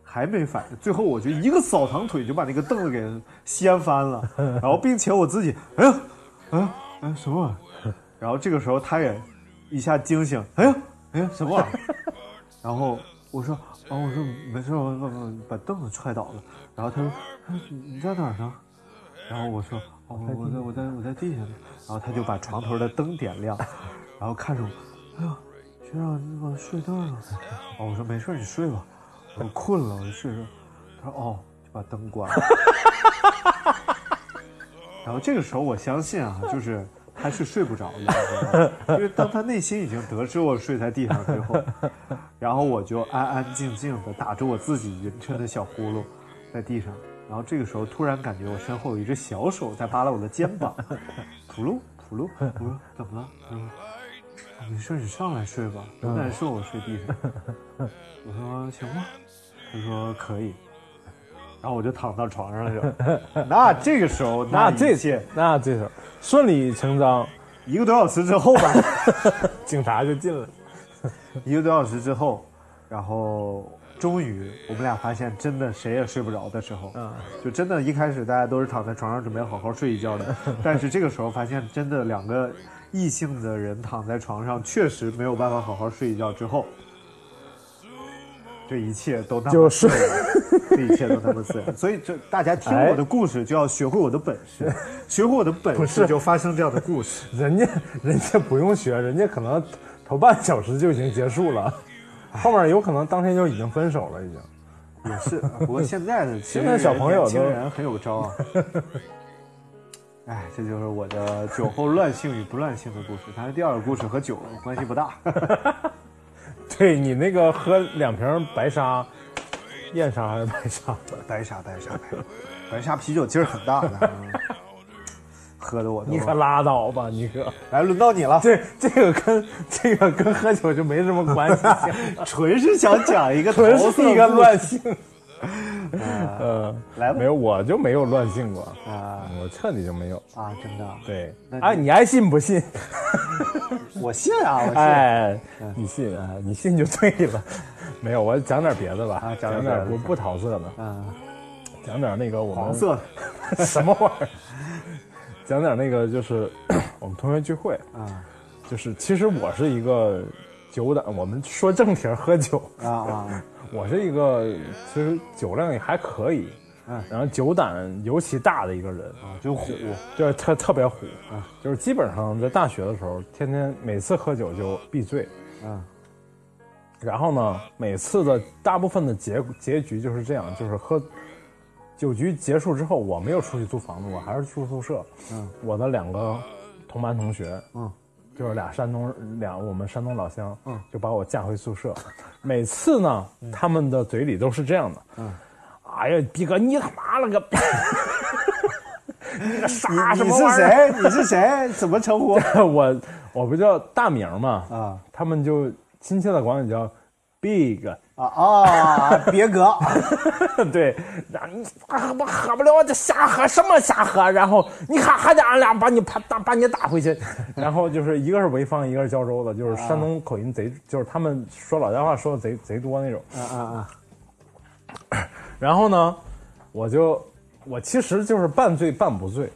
Speaker 9: 还没反应。最后我就一个扫堂腿就把那个凳子给掀翻了，然后并且我自己，哎呀，哎呀，哎呀，什么玩意儿？然后这个时候他也一下惊醒，哎呀，哎呀，什么玩意儿？ 然后我说，哦，我说没事，我我把凳子踹倒了。然后他说，哎你在哪儿呢？然后我说，哦，我在我在我在地下呢。然后他就把床头的灯点亮，然后看着我，哎呀，学长你怎么睡那儿了？哦，我说没事儿，你睡吧。我困了，我就睡着。他说哦，就把灯关了。 然后这个时候我相信啊，就是他是睡不着的你知道吗， 因为当他内心已经得知我睡在地上之后，然后我就安安静静的打着我自己匀称的小呼噜，在地上。然后这个时候突然感觉我身后有一只小手在扒拉我的肩膀， 噗噜噗噜。我说怎么了？他说啊没事，你上来睡吧，多难受，我睡地上。我说行吗？他说可以。然后我就躺到床上去了。那这个时候，
Speaker 1: 那
Speaker 9: 这
Speaker 1: 这
Speaker 9: 些
Speaker 1: 那这首顺理成章，
Speaker 9: 一个多小时之后吧，
Speaker 1: 警察就进来。
Speaker 9: 一个多小时之后，然后终于我们俩发现真的谁也睡不着的时候，
Speaker 1: 嗯
Speaker 9: 就真的一开始大家都是躺在床上准备好好睡一 觉的，但是这个时候发现真的两个异性的人躺在床上确实没有办法好好睡一觉之后，这一切都那么
Speaker 1: 就是
Speaker 9: 顺了这一切都他妈自然。所以这大家听我的故事，就要学会我的本 事，学会我的本
Speaker 1: 哎不
Speaker 9: 事
Speaker 1: 是
Speaker 9: 就发生这样的故事。
Speaker 1: 人家人家不用学，人家可能头半小时就已经结束了，后面有可能当天就已经分手了，已经。
Speaker 9: 也是，不过现在的其实
Speaker 1: 现在小朋友
Speaker 9: 年
Speaker 1: 都
Speaker 9: 轻人很有招 啊。哎，这就是我的酒后乱性与不乱性的故事。当然，第二个故事和酒关系不大。
Speaker 1: 对你那个喝两瓶白沙，燕沙还是白沙？
Speaker 9: 白沙，白沙，白沙白沙啤酒劲儿很大的，啊喝的我都
Speaker 1: 你可拉倒吧，你可
Speaker 9: 来，轮到你了。
Speaker 1: 这这个跟这个跟喝酒就没什么关 系，
Speaker 9: 纯是想讲一 个
Speaker 1: 纯
Speaker 9: 桃
Speaker 1: 是
Speaker 9: 色
Speaker 1: 一个
Speaker 9: 故事
Speaker 1: 乱性。呃，
Speaker 9: 来 吧
Speaker 1: 没有，我就没有乱性过，
Speaker 9: 啊
Speaker 1: 我彻底就没有。
Speaker 9: 啊！真的，
Speaker 1: 对
Speaker 9: 那，你
Speaker 1: 哎，你爱信不 信？
Speaker 9: 我信啊，我信。
Speaker 1: 哎，你信啊，你信就对了。 没有，我讲点别的嗯吧，
Speaker 9: 啊讲
Speaker 1: 讲
Speaker 9: 点
Speaker 1: 点
Speaker 9: 别的
Speaker 1: 不不桃色的，
Speaker 9: 啊，
Speaker 1: 讲点那个我们
Speaker 9: 黄色
Speaker 1: 什么玩意儿？讲点那个就是 我们同学聚会，
Speaker 9: 啊
Speaker 1: 就是其实我是一个酒胆，我们说正题儿喝酒，
Speaker 9: 啊啊！
Speaker 1: 我是一个其实酒量也还可以，
Speaker 9: 嗯
Speaker 1: 然后酒胆尤其大的一个人，
Speaker 9: 啊就 虎
Speaker 1: 就是特特别虎，就是基本上在大学的时候，天天每次喝酒就必醉，
Speaker 9: 啊
Speaker 1: 然后呢，每次的大部分的结结局就是这样，就是喝酒局结束之后，我没有出去租房子，我还是住宿舍。
Speaker 9: 嗯，
Speaker 1: 我的两个同班同学，
Speaker 9: 嗯，
Speaker 1: 就是俩山东俩我们山东老乡，
Speaker 9: 嗯，
Speaker 1: 就把我架回宿舍。每次呢，他们的嘴里都是这样的，
Speaker 9: 嗯，
Speaker 1: 哎呀，逼哥你他妈了个， 你个傻
Speaker 9: 你
Speaker 1: 啊什
Speaker 9: 你
Speaker 1: 么
Speaker 9: 是
Speaker 1: 玩意儿？
Speaker 9: 谁？你是谁？怎么称呼？
Speaker 1: 我我不叫大名嘛，
Speaker 9: 啊
Speaker 1: 他们就亲切的管我叫 Big。
Speaker 9: 啊
Speaker 1: 哦
Speaker 9: 啊！别格，
Speaker 1: 对，然后你喝不喝不了，这瞎喝 什么瞎喝？然后你看还得俺俩把你打把你打 回去。然后就是一个是潍坊，一个是胶州的，就是山东口音贼，就是他们说老家话说的贼贼多那种。
Speaker 9: 啊啊啊！
Speaker 1: 然后呢，我就我其实就是半醉半不醉，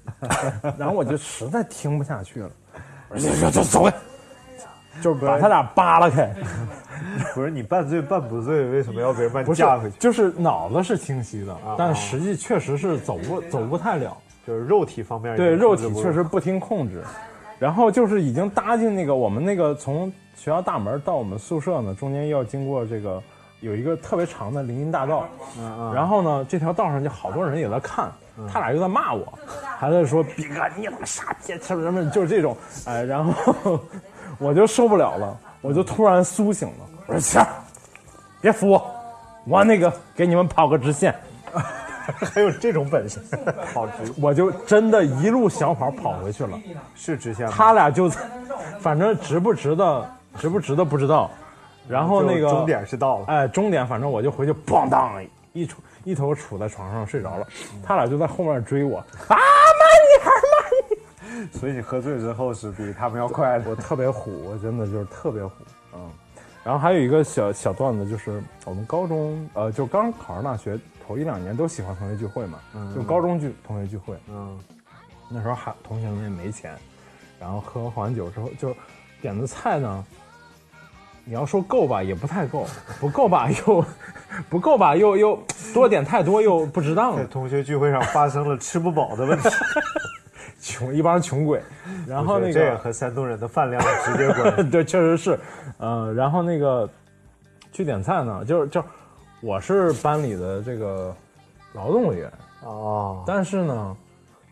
Speaker 1: 然后我就实在听不下去了，我说走走走开，就是把他俩扒拉开。
Speaker 9: 不是你半醉半不醉，为什么要别人把你
Speaker 1: 不是
Speaker 9: 架回去？
Speaker 1: 就是脑子是清晰的，但实际确实是走不走不太了。
Speaker 9: 就是肉体方面，
Speaker 1: 对，肉体确实不听控制。然后就是已经搭进那个我们那个从学校大门到我们宿舍呢，中间要经过这个有一个特别长的林荫大道，然后呢这条道上就好多人也在看，他俩就在骂我，还在说逼哥你他妈傻逼什么什么，就是这种哎，然后 我就受不了了，我就突然苏醒了，我说行，别扶我，我那个给你们跑个直线，
Speaker 9: 还有这 种本事，好直
Speaker 1: 我就真的一路小跑跑回去了。
Speaker 9: 是直线吗？
Speaker 1: 他俩就在，反正值不值的，值不值的不知道。然后那个
Speaker 9: 就终点是到了，
Speaker 1: 哎，终点反正我就回去，咣当一杵一头杵在床上睡着了。他俩就在后面追我，啊，
Speaker 9: 所以你喝醉之后是比他们要快的。
Speaker 1: 我特别虎，我真的就是特 别虎，嗯。然后还有一个小小段子，就是我们高中呃，就刚考上大学头一两年都喜欢同学聚会嘛，就高中聚同学聚会，
Speaker 9: 嗯
Speaker 1: 那时候还同学们也没钱，然后喝完酒之后就点的菜呢，你要说够吧也不太够，不够吧又 不够吧又又多点太多又不值当
Speaker 9: 在
Speaker 1: 了，
Speaker 9: 同学聚会上发生了吃不饱的问题，
Speaker 1: 穷一帮穷鬼，然后那
Speaker 9: 这也
Speaker 1: 个
Speaker 9: 和山东人的饭量直接关系。
Speaker 1: 对，确实是，呃，然后那个去点菜呢，就是就我是班里的这个劳动委员，
Speaker 9: 哦，
Speaker 1: 但是呢，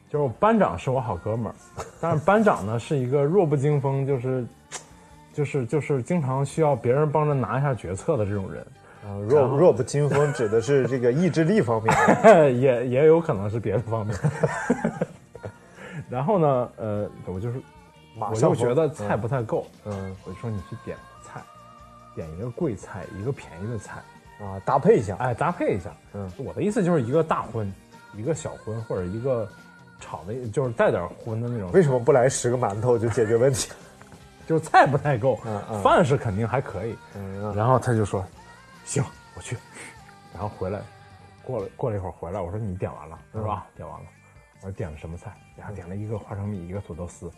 Speaker 1: 就是班长是我好哥们儿，但是班长呢是一个弱不禁风，就是就是就是经常需要别人帮着拿一下决策的这种人，
Speaker 9: 嗯弱弱不禁风指的是这个意志力方面。
Speaker 1: 也也有可能是别的方面。 然后呢，呃，我就是
Speaker 9: 马
Speaker 1: 我
Speaker 9: 上
Speaker 1: 就
Speaker 9: 疯
Speaker 1: 觉得菜不太够，
Speaker 9: 嗯
Speaker 1: 我就说你去点菜，点一个贵菜，一个便宜的菜，
Speaker 9: 啊，搭配一下
Speaker 1: 哎，搭配一下。
Speaker 9: 嗯，
Speaker 1: 我的意思就是一个大荤，一个小荤，或者一个炒的，就是带点荤的那种
Speaker 9: 为什么不来十个馒头就解决问题？
Speaker 1: 就是菜不太够，
Speaker 9: 嗯嗯
Speaker 1: 饭是肯定还可以。然后他就说：“行，我去。”然后回来，过了过了一会儿回来，我说：“你点完了？”他说：“ 啊，点完了。”我说：“点了什么菜？”然后点了一个花生米，一个土豆丝。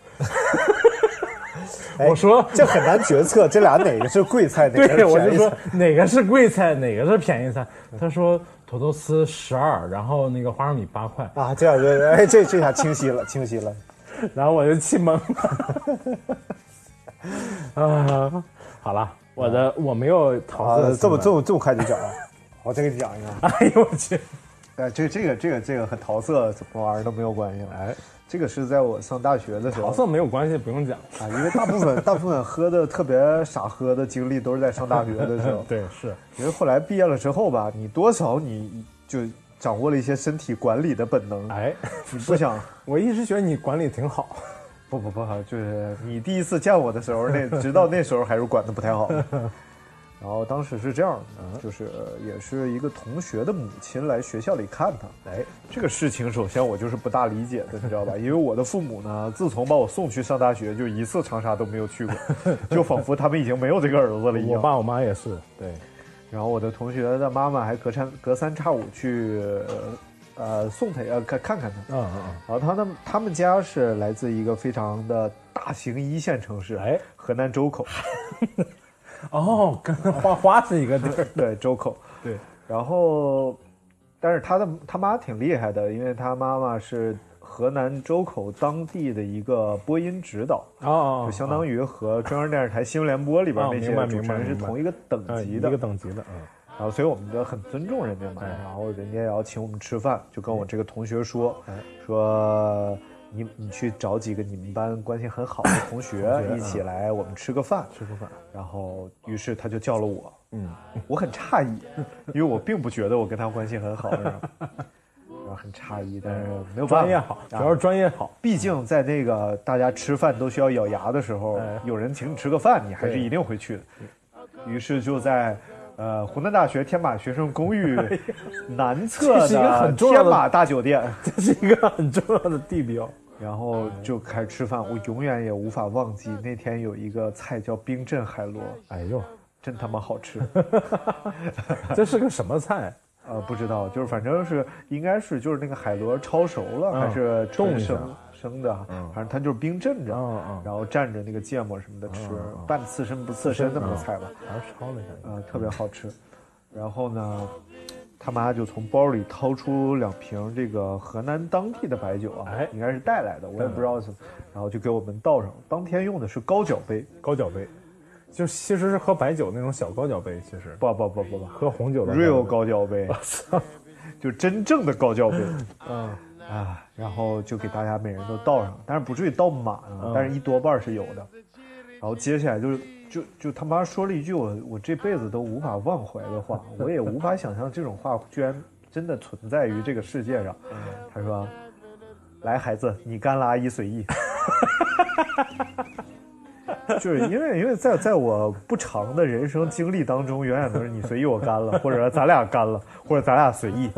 Speaker 9: 哎
Speaker 1: 我说
Speaker 9: 这很难决策，这俩哪个是贵菜，哪个
Speaker 1: 对，
Speaker 9: 是
Speaker 1: 我就
Speaker 9: 便宜
Speaker 1: 说
Speaker 9: 菜？
Speaker 1: 哪个是贵菜，哪个是便宜菜。他说土豆丝十二，然后那个花生米八块，
Speaker 9: 啊，这样对，哎，这这下清晰了，清晰了。
Speaker 1: 然后我就气懵了。 啊，好了，啊我的我没有桃
Speaker 9: 啊
Speaker 1: 子的，
Speaker 9: 这么
Speaker 1: 新闻
Speaker 9: 这么这么快就讲了， 我再给你讲一个。
Speaker 1: 哎呦我去！
Speaker 9: 哎，这这个这个这个和桃色怎么玩儿都没有关系了。哎，这个是在我上大学的时候，
Speaker 1: 桃色没有关系，不用讲。。
Speaker 9: 啊，因为大部分大部分喝的特别傻喝的经历都是在上大学的时候
Speaker 1: 对，是
Speaker 9: 因为后来毕业了之后吧，你多少你就掌握了一些身体管理的本能。
Speaker 1: 哎，
Speaker 9: 你不想
Speaker 1: 我一直觉得你管理挺好。
Speaker 9: 不不不，就是你第一次见我的 时候，那直到那时候还是管的不太好。然后当时是这样
Speaker 1: 嗯
Speaker 9: 的，就是呃也是一个同学的母亲来学校里看他。哎，这个事情首先我就是不大理解的，你知 道吧？因为我的父母呢，自从把我送去上大学，就一次长沙都没 有去过，就仿佛他们已经没有这个儿子了一
Speaker 1: 我
Speaker 9: 样。
Speaker 1: 爸我妈也是，对，
Speaker 9: 然后我的同学的妈妈还隔三隔三差五去呃呃送他呃看看看他。
Speaker 1: 嗯嗯嗯，
Speaker 9: 然后他们他们家是来自一个非常的大型一线城市，
Speaker 1: 哎，
Speaker 9: 河南 周口，
Speaker 1: 哦，跟花花是一个地儿，
Speaker 9: 对周口，
Speaker 1: 对。
Speaker 9: 然后，但是他的他妈挺厉害的，因为他妈妈是河南周口当地的一个播音指导，
Speaker 1: 哦，
Speaker 9: 就相
Speaker 1: 于
Speaker 9: 当于和中央电视台新闻联播里边
Speaker 1: 哦
Speaker 9: 那些
Speaker 1: 明白
Speaker 9: 主持人是
Speaker 1: 明白
Speaker 9: 同一个等级
Speaker 1: 哎一
Speaker 9: 的
Speaker 1: 个。等级的，嗯，
Speaker 9: 然后所以我们就很尊重人家嘛，
Speaker 1: 哎
Speaker 9: 然后人家也要请我们吃饭，就跟我这个同学说，
Speaker 1: 嗯
Speaker 9: 说你你去找几个你们班关系很好的同学
Speaker 1: 嗯
Speaker 9: 一起来，我们吃个饭。
Speaker 1: 吃个饭，
Speaker 9: 然后于是他就叫了我，
Speaker 1: 嗯，
Speaker 9: 我很 诧异，因为我并不觉得我跟他关系很好，然后然后很诧异，但是没有办法，
Speaker 1: 专业好，主
Speaker 9: 啊
Speaker 1: 要是专业好，
Speaker 9: 毕竟在那个大家吃饭都需要咬牙的时候
Speaker 1: 哎，
Speaker 9: 有人请你吃个饭，你还是
Speaker 1: 对
Speaker 9: 一定会去的。于是就在呃湖南大学天马学生 公寓南侧
Speaker 1: 哎这是一个
Speaker 9: 的
Speaker 1: 很重要
Speaker 9: 天
Speaker 1: 的
Speaker 9: 马大酒店，
Speaker 1: 这是一个很重要的地标，
Speaker 9: 然后就开始吃饭。我永远也无法忘记那天有一个菜叫冰镇海螺，
Speaker 1: 哎呦，
Speaker 9: 真他妈好 吃。
Speaker 1: 这是个什么菜？
Speaker 9: 呃，不知道，就是反正是应该是就是那个海螺焯熟了，
Speaker 1: 嗯
Speaker 9: 还是
Speaker 1: 冻
Speaker 9: 纯
Speaker 1: 一下
Speaker 9: 生生的，反正它就是冰镇着，
Speaker 1: 嗯嗯
Speaker 9: 然后蘸着那个芥末什么的吃，半刺身不刺
Speaker 1: 嗯
Speaker 9: 身那么个菜吧，
Speaker 1: 还是抄了一下，
Speaker 9: 呃，特别好吃。然后呢，他妈就从包里掏出两瓶这个河南当地的白酒啊，
Speaker 1: 哎
Speaker 9: 应该是带来的，我也不知道是，然后就给我们倒上。当天用的是高脚杯，
Speaker 1: 高脚杯，就其实是喝白酒那种小高脚杯，其实
Speaker 9: 不不不不不，
Speaker 1: 喝红酒的
Speaker 9: real
Speaker 1: 高
Speaker 9: 高脚杯， 就真正的高脚杯，嗯啊，然后就给大家每人都倒上，但是不至于倒满啊，但是一多半是有的。然后接下来就是就就他妈说了一句我我这辈子都无法忘怀的话，我也无法想象这种话居然真的存在于这个世界上。他说：“来，孩子，你干了阿姨随 意。”就是因为因为在在我不长的人生经历当中，远远都是你随意我干 了，或者咱俩干了，或者咱俩随意。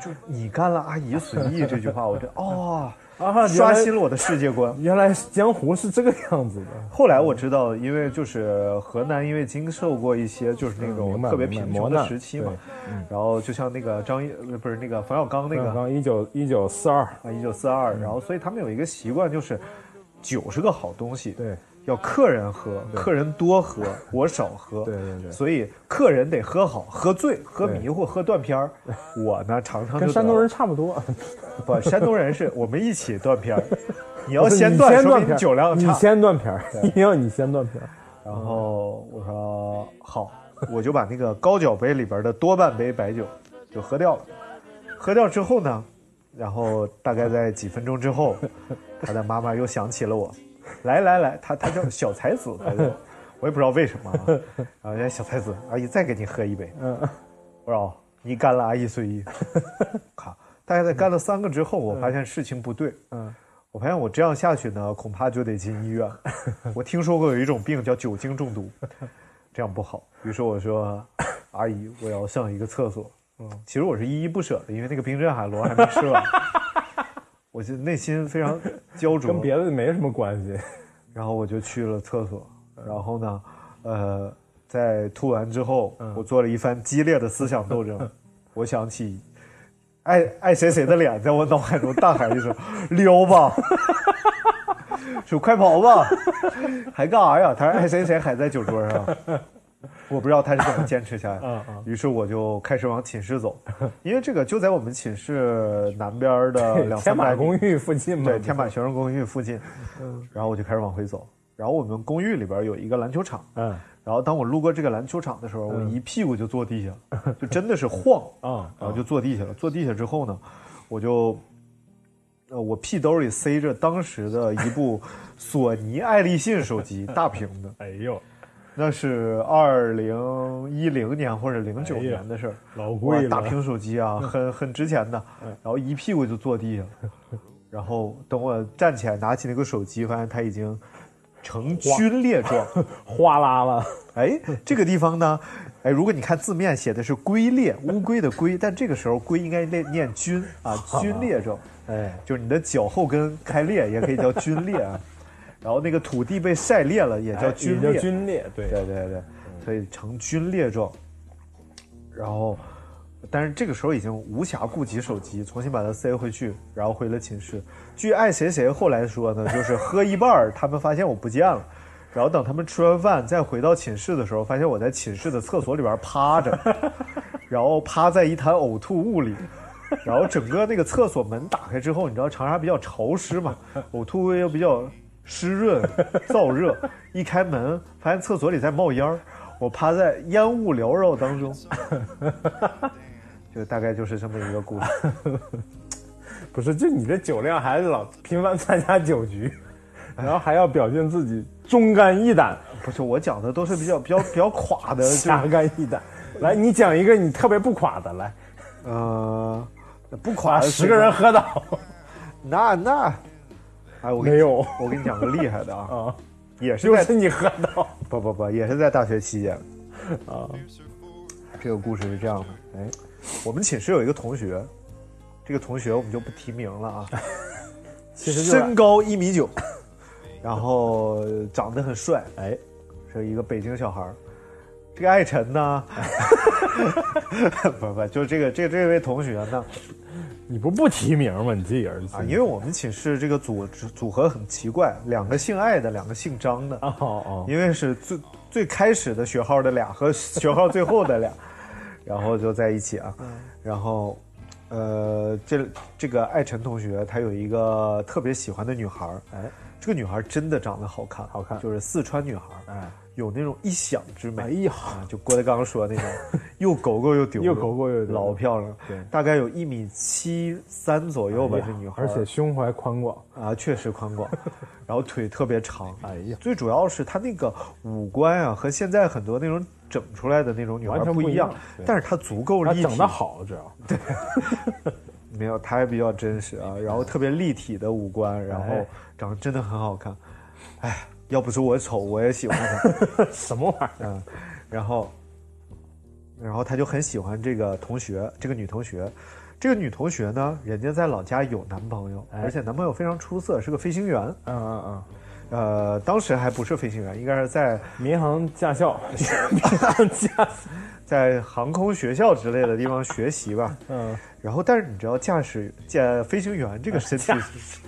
Speaker 9: 就你干了，阿姨随意这句话，我这哦，
Speaker 1: 啊，原
Speaker 9: 刷
Speaker 1: 来
Speaker 9: 新了我的世界观。
Speaker 1: 原来江湖是这个样子的，
Speaker 9: 后来我知道，因为就是河南，因为经受过一些就是那
Speaker 1: 嗯
Speaker 9: 种
Speaker 1: 明白
Speaker 9: 特别
Speaker 1: 明白
Speaker 9: 贫
Speaker 1: 磨
Speaker 9: 穷的
Speaker 1: 难
Speaker 9: 时期嘛
Speaker 1: 对，嗯
Speaker 9: 然后就像那个张一呃不是那个冯小刚那
Speaker 1: 刚
Speaker 9: 个
Speaker 1: 刚一九一九四二，
Speaker 9: 啊，一九四二，然后
Speaker 1: 嗯
Speaker 9: 所以他们有一个习惯，就是酒是个好东西，
Speaker 1: 对，
Speaker 9: 要客人喝，客人多喝，我少喝，
Speaker 1: 对对对
Speaker 9: 所以客人得喝好，喝醉、喝
Speaker 1: 对
Speaker 9: 迷糊、喝断片儿，我呢常常就
Speaker 1: 跟
Speaker 9: 得
Speaker 1: 山东
Speaker 9: 了
Speaker 1: 人差不多。
Speaker 9: 不，山东人是我们一起断片 儿，你
Speaker 1: 不
Speaker 9: 要
Speaker 1: 是
Speaker 9: 先
Speaker 1: 你
Speaker 9: 断，
Speaker 1: 先
Speaker 9: 说
Speaker 1: 断
Speaker 9: 明
Speaker 1: 片
Speaker 9: 你
Speaker 1: 儿
Speaker 9: 酒量
Speaker 1: 你
Speaker 9: 差，
Speaker 1: 先断片儿， 一定要你先断片儿。
Speaker 9: 然后我说好，我就把那个高脚杯里边的多半杯白酒就喝掉了。喝掉之后呢，然后大概在几分钟之后，他的妈妈又想起了我，来来来，他他叫小才子，他叫我也不知道为什么啊。 然后人家小才子，阿姨再给你喝一杯。嗯，我说哦你干了，阿姨随意。 卡，大概在干了三个之后，我发现事情不对。嗯，我发现我这样下去呢，恐怕就得进医院。 我听说过有一种病叫酒精中毒，这样不好。于是我说：“阿姨，我要上一个厕所。”嗯，其实我是依依不舍的，因为那个冰镇海螺还没吃完， 我就内心非常焦灼。
Speaker 1: 跟别的没什么关系。
Speaker 9: 然后我就去了厕所，
Speaker 1: 嗯
Speaker 9: 然后呢，呃，在吐完之后，
Speaker 1: 嗯
Speaker 9: 我做了一番激烈的思想 斗争。我想起 爱爱谁谁的脸，在我脑海中大喊一声“溜吧”，说快跑吧，还干啥呀？他说爱谁谁还在酒 桌上。我不知道他是怎么坚持下来
Speaker 1: 嗯
Speaker 9: 的，于是我就开始往寝室走，因为这个就在我们寝室南边的哦两三
Speaker 1: 天马
Speaker 9: 百
Speaker 1: 公
Speaker 9: 米
Speaker 1: 寓附近嘛，
Speaker 9: 对，天马学生公寓附近。
Speaker 1: 嗯
Speaker 9: 然后我就开始往回走，然后我们公寓里边有一个篮球场，
Speaker 1: 嗯
Speaker 9: 然后当我路过这个篮球场的时候，我一屁股就坐地下了，就真的是晃，
Speaker 1: 啊
Speaker 9: 然后就坐地下了。坐地下之后呢，我就，呃，我屁兜里塞着当时的一部索尼爱立信手机，大屏的，
Speaker 1: 哎呦，
Speaker 9: 那是二零一零年或者零九
Speaker 1: 哎呀
Speaker 9: 年的事儿。
Speaker 1: 老
Speaker 9: 哇
Speaker 1: 贵，了，哎
Speaker 9: 大屏手机 啊，很很值钱的。然后一屁股就坐地上，然后等我站起来拿起那个手机，发现它已经成皲 裂状。
Speaker 1: 哗啦了，
Speaker 9: 哎，这个地方呢，哎，如果你看字面写的是“龟裂”，乌龟的“龟”，但这个时候“龟”应该念念“皲” 啊，皲裂状。
Speaker 1: 哎，
Speaker 9: 就是你的脚后跟开裂，也可以叫皲裂 啊。然后那个土地被晒裂了，也叫皲
Speaker 1: 哎也
Speaker 9: 裂。
Speaker 1: 叫皲裂，对，
Speaker 9: 对对对，所以呈皲裂状。然后，但是这个时候已经无暇顾及手机，重新把它塞回去，然后回了寝室。据爱谁谁后来说呢，就是喝一半儿，他们发现我不见了。然后等他们吃完饭再回到寝室的时候，发现我在寝室的厕所里边趴着，然后趴在一滩呕吐物里， 然后整个那个厕所门打开之后，你知道长沙比较潮 湿嘛，呕吐物又比较湿润燥热， 一开门发现厕所里在冒烟儿，我趴在烟雾缭绕当中， 就大概就是这么一个故事。
Speaker 1: 不是，就你这酒量还是老频繁参加酒 局，然后还要表现自己忠肝义胆、
Speaker 9: 不是我讲的都是比较比较比较垮
Speaker 1: 哎
Speaker 9: 的，就是
Speaker 1: 侠肝义胆。来，你讲一个你特别不垮的，来，
Speaker 9: 呃不垮
Speaker 1: 把
Speaker 9: 的
Speaker 1: 十个人喝倒。
Speaker 9: 那那，哎我跟你
Speaker 1: 没有
Speaker 9: 我跟你讲个厉害的啊，
Speaker 1: 啊，
Speaker 9: 也是
Speaker 1: 就
Speaker 9: 在
Speaker 1: 是你喝倒。
Speaker 9: 不不不，也是在大学期间。啊，这个故事是这样的，哎，我们寝室有一个同学，这个同学我们就不提名了 啊，
Speaker 1: 其实就是
Speaker 9: 身高一米九， 然后长得很帅，
Speaker 1: 哎，
Speaker 9: 是一个北京小孩儿。这个艾辰 呢，不是不是，就是这个这这位同学呢，
Speaker 1: 你不不提名吗？你自己儿子
Speaker 9: 啊，因为我们寝室这个组组合很奇怪，两个姓艾的，两个姓张的，
Speaker 1: 哦哦，
Speaker 9: 因为是最最开始的学号的俩和学号最后的俩，然后就在一起啊。
Speaker 1: 嗯
Speaker 9: 然后，呃，这这个艾辰同学他有一个特别喜欢的女孩儿，哎，这个女孩儿真的长得好看，好
Speaker 1: 看
Speaker 9: 就是四川女孩儿，
Speaker 1: 哎，
Speaker 9: 有那种一想之美，
Speaker 1: 哎呀
Speaker 9: 啊，就郭德纲 说那种，又狗狗又丢，
Speaker 1: 又狗狗又丢
Speaker 9: 老漂亮，
Speaker 1: 对
Speaker 9: 大概有一米七三左右
Speaker 1: 哎
Speaker 9: 吧，这女孩儿，
Speaker 1: 而且胸怀宽广，
Speaker 9: 啊，确实宽 广，然后腿特别长。
Speaker 1: 哎呀
Speaker 9: 最主要是她那个五官啊，和现在很多那种整出来的那种女孩
Speaker 1: 完全
Speaker 9: 不
Speaker 1: 不一
Speaker 9: 一样
Speaker 1: 样对，
Speaker 9: 但是她足够
Speaker 1: 他
Speaker 9: 立体。
Speaker 1: 整的，好，主要
Speaker 9: 没有，她还比较真实啊，然后特别立体的五官，然后
Speaker 1: 哎
Speaker 9: 长得真的很好看。哎，要不是我丑，我也喜欢她。
Speaker 1: 什么玩意儿？
Speaker 9: 嗯，然后，然后她就很喜欢这个同学，这个女同学。这个女同学呢，人家在老家有男朋友，而且男朋友非常出色，是个飞行员。
Speaker 1: 哎嗯嗯
Speaker 9: 呃，当时还不是飞行员，应该是在
Speaker 1: 嗯，民航驾校， 民航驾校，
Speaker 9: 在航空学校之类的地方学习吧。
Speaker 1: 嗯，
Speaker 9: 然后，但是你知道驾驶驾飞行员这个身体，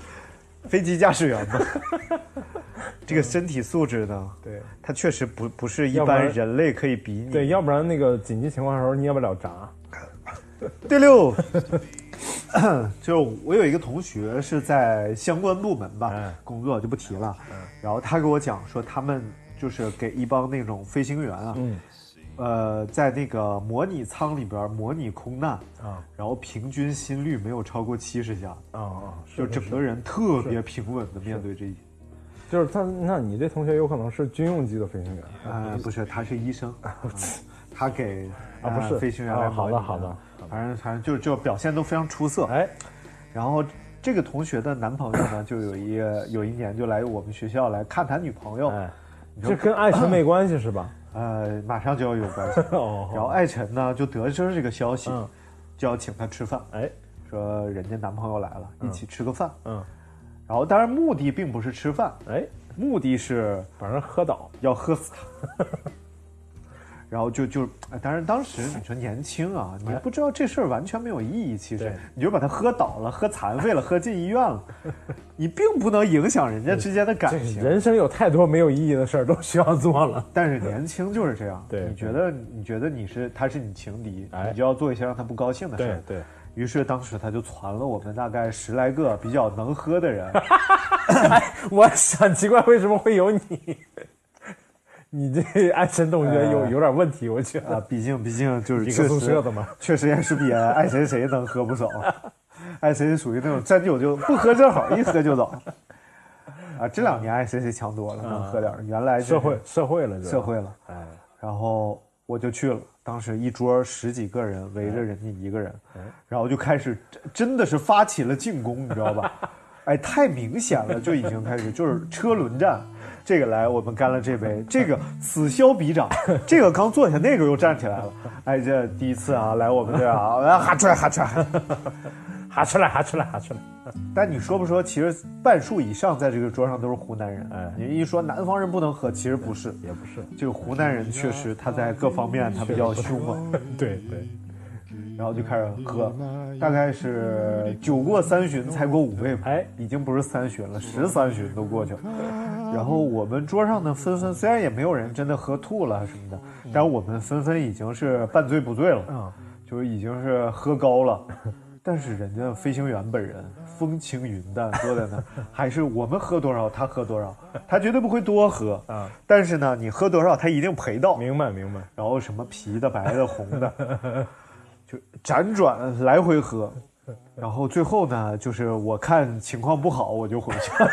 Speaker 9: 飞机驾驶员嘛，这个身体素质呢，
Speaker 1: 对
Speaker 9: 他确实不不是一
Speaker 1: 要不然
Speaker 9: 般人类可以比拟。
Speaker 1: 对，要不然那个紧急情况的时候捏不了闸。
Speaker 9: 第六， 就是我有一个同学是在相关部门吧、
Speaker 1: 嗯
Speaker 9: 工作，就不提了。然后他给我讲说，他们就是给一帮那种飞行员啊，
Speaker 1: 嗯
Speaker 9: 呃，在那个模拟舱里边模拟空难
Speaker 1: 啊
Speaker 9: 然后平均心率没有超过七十下，
Speaker 1: 啊啊，
Speaker 9: 就整个人特别平稳的面对这一。
Speaker 1: 就是他，那你这同学有可能是军用机的飞行员
Speaker 9: 呃，不是，他是医 生，啊他给
Speaker 1: 啊不
Speaker 9: 呃
Speaker 1: 是
Speaker 9: 飞行员
Speaker 1: 啊
Speaker 9: 来
Speaker 1: 好
Speaker 9: 模
Speaker 1: 的
Speaker 9: 拟
Speaker 1: 好的，
Speaker 9: 反正反正就就表现都非常出色。
Speaker 1: 哎，
Speaker 9: 然后这个同学的男朋友呢，就有一个有一 年就来我们学校来看他女朋友，
Speaker 1: 哎，
Speaker 9: 你
Speaker 1: 这
Speaker 9: 说
Speaker 1: 跟爱情没关系是吧？
Speaker 9: 呃马上就要有关系。
Speaker 1: 哦
Speaker 9: 然后艾辰呢就得知这个消息，
Speaker 1: 嗯
Speaker 9: 就要请她吃饭，
Speaker 1: 哎，
Speaker 9: 说人家男朋友来了，一起吃个饭。
Speaker 1: 嗯，
Speaker 9: 然后当然目的并不是吃饭，
Speaker 1: 哎，
Speaker 9: 目的是
Speaker 1: 反正喝倒，
Speaker 9: 要喝死他。 然后就就，哎当然当时你说年轻啊，
Speaker 1: 哎
Speaker 9: 你不知道这事儿完全没有意义，其实你就把它喝倒了、喝残废了、喝进医院了，你并不能影响人家之间
Speaker 1: 哎
Speaker 9: 的感情。
Speaker 1: 人生有太多没有意义的事儿都需要做了。
Speaker 9: 但是年轻就是这样，
Speaker 1: 对
Speaker 9: 你觉得你觉得你是他是你情敌，
Speaker 1: 哎
Speaker 9: 你就要做一些让他不高兴的事儿。
Speaker 1: 对对
Speaker 9: 于是当时他就传了我们大概十来个比较能喝的人，
Speaker 1: 我想奇怪为什么会有你，你这爱神同学有、
Speaker 9: 呃
Speaker 1: 有点问题，我觉得。
Speaker 9: 啊，毕竟毕竟就是
Speaker 1: 一个
Speaker 9: 确实
Speaker 1: 宿舍的嘛，
Speaker 9: 确实也是比爱谁谁能喝不少，爱谁谁属于那种沾酒就不喝正好，一喝就倒。啊，这两年爱谁谁强多了，能喝点儿。原来就是
Speaker 1: 啊社会社会了，
Speaker 9: 社会了，
Speaker 1: 哎，
Speaker 9: 然后我就去了。当时一桌十几个人围着人家一个人，
Speaker 1: 哎
Speaker 9: 然后就开始真真的是发起了进攻，你知 道吧？哎，太明显了，就已经开始就是车轮战。这个来，我们干了这 杯，这个此消彼长，这个刚坐下，那个又站起来 了。哎，这第一次啊，来我们这儿啊，啊哈出来哈出来。哈出来
Speaker 1: 哈出来哈出来哈 出来，
Speaker 9: 但你说不说，其实半数以上在这个桌上都是湖南人。
Speaker 1: 哎
Speaker 9: 你一说南方人不能喝，其实不是，
Speaker 1: 也不是，
Speaker 9: 这个湖南人确实他在各方面他比较凶猛，
Speaker 1: 对对，
Speaker 9: 然后就开始喝，大概是酒过三巡才过五味吧，
Speaker 1: 哎
Speaker 9: 已经不是三巡了，十三巡都过去了。然后我们桌上呢，纷纷虽然也没有人真的喝吐了什么的，但我们纷纷已经是半醉不醉了，
Speaker 1: 嗯
Speaker 9: 就是已经是喝高了。但是人家飞行员本人风轻云淡，坐在那儿，还是我们喝多少他喝多少，他绝对不会多喝
Speaker 1: 啊。
Speaker 9: 但是呢，你喝多少他一定陪到，
Speaker 1: 明白明白，
Speaker 9: 然后什么啤的、白的、红的， 就辗转来回喝，然后最后呢，就是我看情况不好，我就回去 了。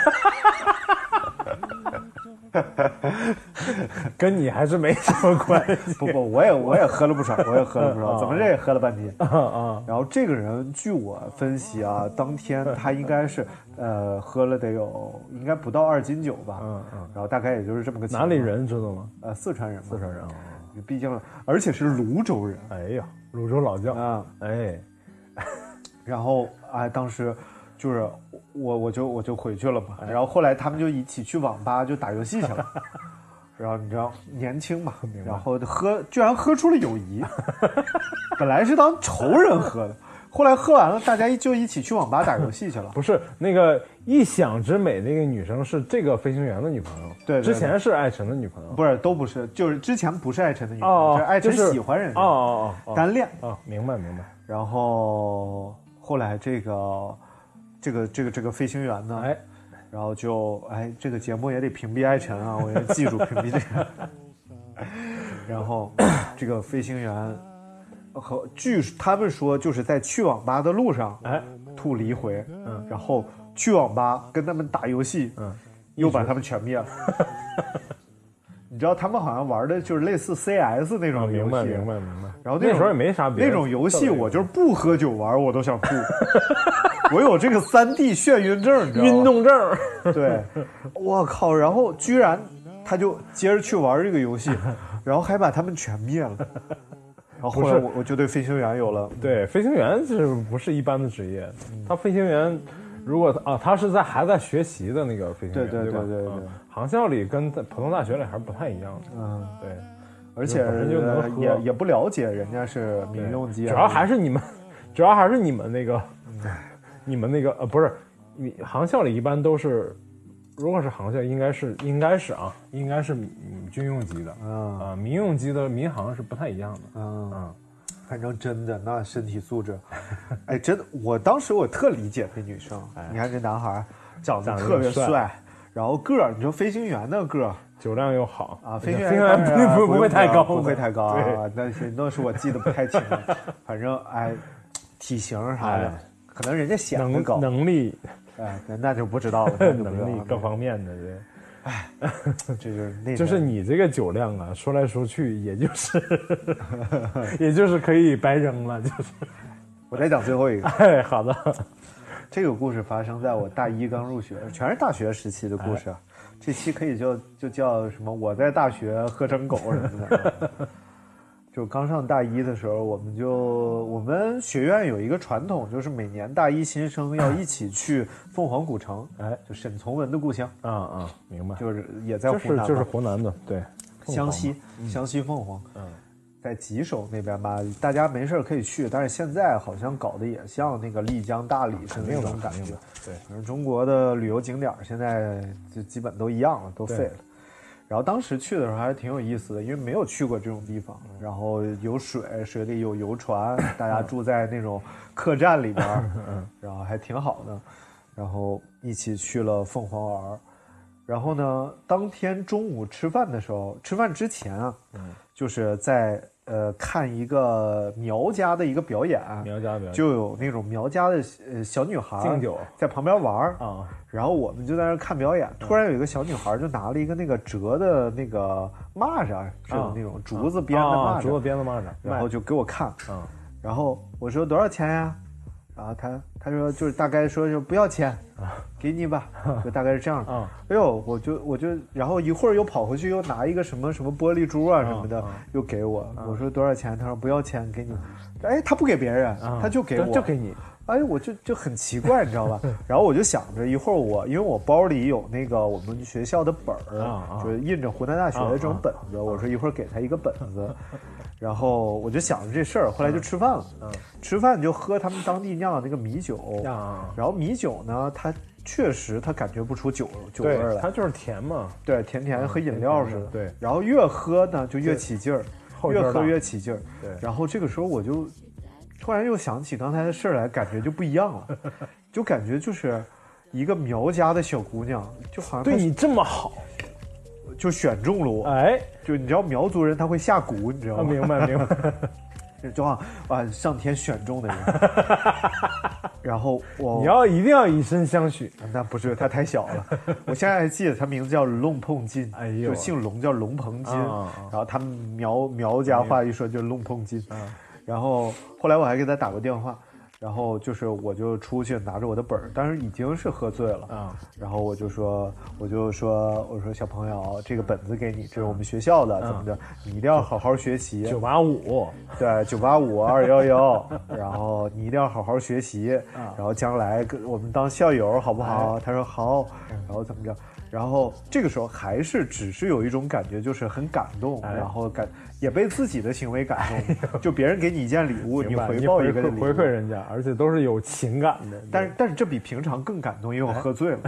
Speaker 1: 跟你还是没什么关 系
Speaker 9: 不不，我也我也喝了不少，我也喝了 不少，怎么着也喝了半天。
Speaker 1: 啊啊，
Speaker 9: 然后这个人，据我分析啊，当天他应该是，呃，喝了得有应该不到二斤酒吧，
Speaker 1: 嗯嗯，
Speaker 9: 然后大概也就是这么个情
Speaker 1: 哪
Speaker 9: 况
Speaker 1: 里？人知道吗？
Speaker 9: 呃，四川人嘛，四
Speaker 1: 四川人啊，
Speaker 9: 毕竟而且是泸州人
Speaker 1: 哎呀，泸州老窖，
Speaker 9: 啊，
Speaker 1: 哎，
Speaker 9: 然后哎，当时就是我我就我就回去了嘛，
Speaker 1: 哎
Speaker 9: 然后后来他们就一起去网吧就打游戏去 了。然后你知道年轻嘛，然后喝居然喝出了友谊， 本来是当仇人喝的，后来喝完了，大家一就一起去网吧打游戏去了。
Speaker 1: 不是那个一想之美那个女生是这个飞行员的女朋友，
Speaker 9: 对对对
Speaker 1: 之前是爱神的女朋友，
Speaker 9: 不是，都不是，就是之前不是爱晨的女朋友，
Speaker 1: 哦，
Speaker 9: 是爱晨
Speaker 1: 就是
Speaker 9: 喜欢人家，
Speaker 1: 哦哦哦哦，
Speaker 9: 单恋。
Speaker 1: 哦，明白明白，
Speaker 9: 然后后来这个这个这个这个飞行员呢，
Speaker 1: 哎，
Speaker 9: 然后就哎，这个节目也得屏蔽爱晨 啊，我也记住屏蔽这个。然后 这个飞行员和据他们说，就是在去网吧的路上，
Speaker 1: 哎，
Speaker 9: 吐了一回，嗯，然后去网吧跟他们打游戏，嗯，又把他们全 灭了。你知道他们好像玩的就是类似 CS 那
Speaker 1: 哦
Speaker 9: 种
Speaker 1: 明
Speaker 9: 游戏，
Speaker 1: 白明白明白，
Speaker 9: 然后
Speaker 1: 那
Speaker 9: 种
Speaker 1: 时候也没啥别的
Speaker 9: 那种游戏，
Speaker 1: 特别
Speaker 9: 我就是不喝酒玩，我都想吐。我有这个三 D 眩晕症，你知道吗？
Speaker 1: 运动症儿，
Speaker 9: 对，我靠！然后居然他就接着去玩这 个游戏，然后还把他们全灭了。然后后来
Speaker 1: 不是
Speaker 9: 我我就对飞行员有了
Speaker 1: 对，飞行员是不是一般的职业？
Speaker 9: 嗯
Speaker 1: 他飞行员，如果啊，他是在还在学习的那个飞行员，
Speaker 9: 对对
Speaker 1: 吧？
Speaker 9: 对对对
Speaker 1: 嗯航校里跟在普通大学里还是不太一样的。
Speaker 9: 嗯，
Speaker 1: 对，
Speaker 9: 而且
Speaker 1: 本身就能喝
Speaker 9: 也也不了解人家是民用机，啊
Speaker 1: 主要还
Speaker 9: 是
Speaker 1: 是你们，主要还是你们那个， 你们那个呃，不是，你航校里一般都是，如果是航校，应该是应该是啊，应该是嗯军用级的
Speaker 9: 嗯
Speaker 1: 啊，民用级的民航是不太一样的。
Speaker 9: 嗯，
Speaker 1: 嗯，
Speaker 9: 反正真的那身体 素质，哎，真的，我当时我特理解那女生，你看这男孩长得
Speaker 1: 哎长得
Speaker 9: 特别
Speaker 1: 又帅
Speaker 9: 帅，然后个儿，你说飞行员那个儿。
Speaker 1: 酒量又好
Speaker 9: 啊，飞行
Speaker 1: 员
Speaker 9: 员
Speaker 1: 飞行员
Speaker 9: 当然
Speaker 1: 不不会太高，
Speaker 9: 不会太高
Speaker 1: 对
Speaker 9: 啊。那是那是我记得不太清 了，反正哎，体型啥的
Speaker 1: 哎，
Speaker 9: 可能人家显得
Speaker 1: 能
Speaker 9: 高，
Speaker 1: 能力、
Speaker 9: 哎，那那就不知道了，那就不 知道
Speaker 1: 能力
Speaker 9: 了
Speaker 1: 各方面的，对，
Speaker 9: 这就是那
Speaker 1: 就是
Speaker 9: 种
Speaker 1: 你这个酒量啊，说来说去，也就是，也就是可以白扔了，就是。
Speaker 9: 我再讲最后一个，
Speaker 1: 哎，好的，
Speaker 9: 这个故事发生在我大一刚入学，全是大学时期的故事啊。
Speaker 1: 哎
Speaker 9: 这期可以叫就叫什么？我在大学喝成狗什么的。 就刚上大一的时候，我们就我们学院有一个传统，就是每年大一新生要一起去凤凰古城，
Speaker 1: 哎，
Speaker 9: 就沈从文的故乡，
Speaker 1: 啊啊，明白，
Speaker 9: 就是也在
Speaker 1: 就
Speaker 9: 湖
Speaker 1: 是
Speaker 9: 南嘛，
Speaker 1: 就是湖南的，对，凤凰
Speaker 9: 湘
Speaker 1: 嘛
Speaker 9: 西，湘西凤凰。嗯，在吉首那边吧，大家没事儿可以去，但是现在好像搞得也像那个丽江、大理是那种感觉。
Speaker 1: 对，
Speaker 9: 反正中国的旅游景点儿现在就基本都一样了，都废了。然后当时去的时候还是挺有意思的，因为没有去过这种地方，
Speaker 1: 嗯
Speaker 9: 然后有水，水里有游 船，大家住在那种客栈里边儿，
Speaker 1: 嗯
Speaker 9: 然后还挺好的。然后一起去了凤凰玩儿，然后呢，当天中午吃饭的时候，吃饭之前啊，
Speaker 1: 嗯
Speaker 9: 就是在呃看一个苗家的一个表演，
Speaker 1: 苗家表演
Speaker 9: 就有那种苗家的呃小女孩儿
Speaker 1: 敬酒
Speaker 9: 在旁边玩儿
Speaker 1: 啊，嗯
Speaker 9: 然后我们就在那儿看表演，突然有一个小女孩儿就拿了一个那个折的那个蚂蚱，是有那种竹子编的
Speaker 1: 啊，
Speaker 9: 蚂
Speaker 1: 竹子
Speaker 9: 蚱，
Speaker 1: 编的蚂蚱，
Speaker 9: 然后就给我看，
Speaker 1: 嗯
Speaker 9: 然后我说多少钱呀？然后他他说就是大概说就不要钱，给你 吧，就大概是这样的。
Speaker 1: 啊嗯
Speaker 9: 哎呦，我就我就然后一会儿又跑回去又拿一个什么什么玻璃珠啊什么
Speaker 1: 嗯
Speaker 9: 的又给我，我说多少钱？他说不要钱，给你。哎，他不给别人，他就给我，
Speaker 1: 嗯啊就给你。
Speaker 9: 哎，我就就很奇怪，你知 道吧？然后我就想着一会儿我，因为我包里有那个我们学校的本儿，
Speaker 1: 啊啊
Speaker 9: 就是印着湖南大学的这种本子，我说一会儿给他一个本 子。然后我就想着这事儿，后来就吃饭了。
Speaker 1: 嗯
Speaker 9: 吃饭就喝他们当地酿的那个米酒，
Speaker 1: 啊
Speaker 9: 然后米酒呢，它确实它感觉不出酒酒味儿
Speaker 1: 对，它
Speaker 9: 来，
Speaker 1: 就是甜嘛，
Speaker 9: 对，甜甜和饮料似的。
Speaker 1: 啊甜甜的对
Speaker 9: 然后越喝呢就越起劲儿，
Speaker 1: 后劲
Speaker 9: 越
Speaker 1: 儿
Speaker 9: 喝
Speaker 1: 大
Speaker 9: 越起劲儿。
Speaker 1: 对
Speaker 9: 然后这个时候我就突然又想起刚才的事儿来，感觉就不一 样了，就感觉就是一个苗家的小姑娘，就好像
Speaker 1: 对
Speaker 9: 她
Speaker 1: 你这么好，
Speaker 9: 就选中了我，
Speaker 1: 哎，
Speaker 9: 就你知道苗族人他会下蛊，你知道
Speaker 1: 啊，
Speaker 9: 吗？
Speaker 1: 明白明 白，
Speaker 9: 就好像啊上天选中 的人。然后我
Speaker 1: 你要一定要以身相许，
Speaker 9: 那不是，他太小了。我现在还记得他名字叫龙碰金，
Speaker 1: 哎呦
Speaker 9: 就姓龙叫龙鹏金。
Speaker 1: 啊啊
Speaker 9: 然后他们苗苗家话一说就是龙碰金。
Speaker 1: 嗯
Speaker 9: 然后后来我还给他打过电话，然后就是我就出去拿着我的本儿，当时已经是喝醉了。
Speaker 1: 啊
Speaker 9: 然后我就说，我就说，我说小朋友，这个本子给你，这是我们学校
Speaker 1: 嗯
Speaker 9: 的，怎么的，你一定要好好学习。
Speaker 1: 九八五，
Speaker 9: 对，九八五二 幺幺，然后你一定要好好学习，
Speaker 1: 啊
Speaker 9: 然后将来跟我们当校友好不好？
Speaker 1: 哎
Speaker 9: 他说好，
Speaker 1: 嗯
Speaker 9: 然后怎么着？然后这个时候还是只是有一种感觉，就是很感动，
Speaker 1: 哎
Speaker 9: 然后感也被自己的行为感动，就别人给你一件礼物，你
Speaker 1: 明白
Speaker 9: 回
Speaker 1: 你
Speaker 9: 报
Speaker 1: 回
Speaker 9: 一个
Speaker 1: 馈
Speaker 9: 礼
Speaker 1: 回
Speaker 9: 物
Speaker 1: 馈人家，而且都是有情感的，
Speaker 9: 但是但是这比平常更感动，因为
Speaker 1: 哎
Speaker 9: 我喝醉了。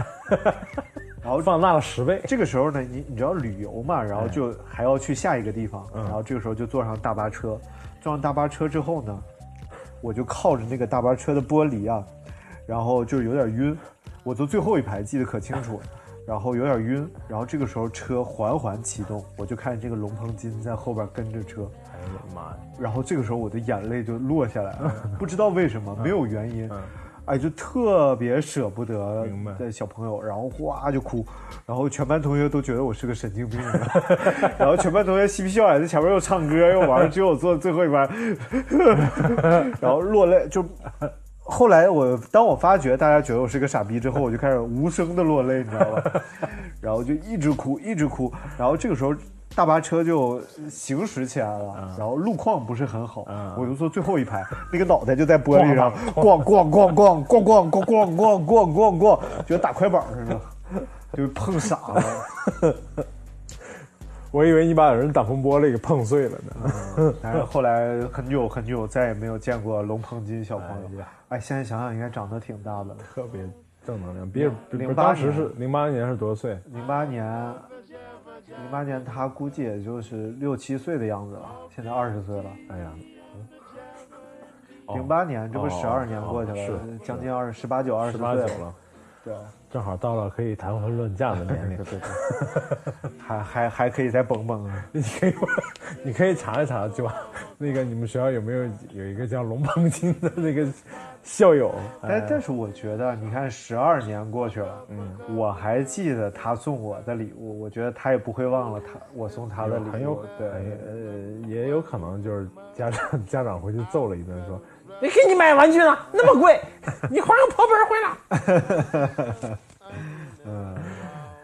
Speaker 9: 然后
Speaker 1: 放大了十倍，
Speaker 9: 这个时候呢，你你知道旅游嘛，然后就还要去下一个地方，然后这个时候就坐上大巴车，坐上大巴车之后呢，我就靠着那个大巴车的玻璃啊，然后就有点晕，我坐最后一排记得可清楚，然后有点晕，然后这个时候车缓缓启动，我就看见这个龙鹏金在后边跟着车，
Speaker 1: 哎呀妈呀，
Speaker 9: 然后这个时候我的眼泪就落下来了，
Speaker 1: 嗯
Speaker 9: 不知道为什么，没有原因，哎，就特别舍不得
Speaker 1: 明白
Speaker 9: 的小朋友，然后哗就哭，然后全班同学都觉得我是个神经病，啊 然后全班同学嬉皮笑脸在前面又唱歌又玩，只有我坐最后一排， 然后落泪就。后来我当我发觉大家觉得我是个傻逼之后，我就开始无声的落泪，你知道吧？然后就一直哭，一直哭。然后这个时候大巴车就行驶起来了，然后路况不是很好，我就坐最后一排，那个脑袋就在玻璃上咣咣咣咣咣咣咣咣咣咣咣咣，就跟打快板似的，就碰傻了。
Speaker 1: 我以为你把人挡风玻璃给碰碎了呢，
Speaker 9: 但是后来很久很久再也没有见过龙鹏金小朋友
Speaker 1: 哎呀。
Speaker 9: 哎，现在想想应该长得挺大的了。
Speaker 1: 特别正能量，比比
Speaker 9: 08
Speaker 1: 当时是零八年是多少岁？
Speaker 9: 零八年，零八年他估计也就是六七岁的样子了，现在二十岁了。
Speaker 1: 哎呀，
Speaker 9: 零八年，这不
Speaker 1: 哦
Speaker 9: 十二年过去了，
Speaker 1: 哦是
Speaker 9: 将近二十八九、二
Speaker 1: 十
Speaker 9: 十
Speaker 1: 八九了，啊
Speaker 9: 对，
Speaker 1: 正好到了可以谈婚论嫁的 年龄。
Speaker 9: 还还还可以再蹦蹦啊！
Speaker 1: 你可以，你可以查一查，就那个你们学校有没有有一个叫龙鹏金的那个校友？
Speaker 9: 但但是我觉得，你看十二年过去了，嗯，我还记得他送我的礼物，我觉得他也不会忘了他我送他的礼物，
Speaker 1: 很有哎
Speaker 9: 对。
Speaker 1: 呃，也有可能就是家长家长回去揍了一顿，说你给你买玩具呢，那么贵，你花个破本回来。嗯，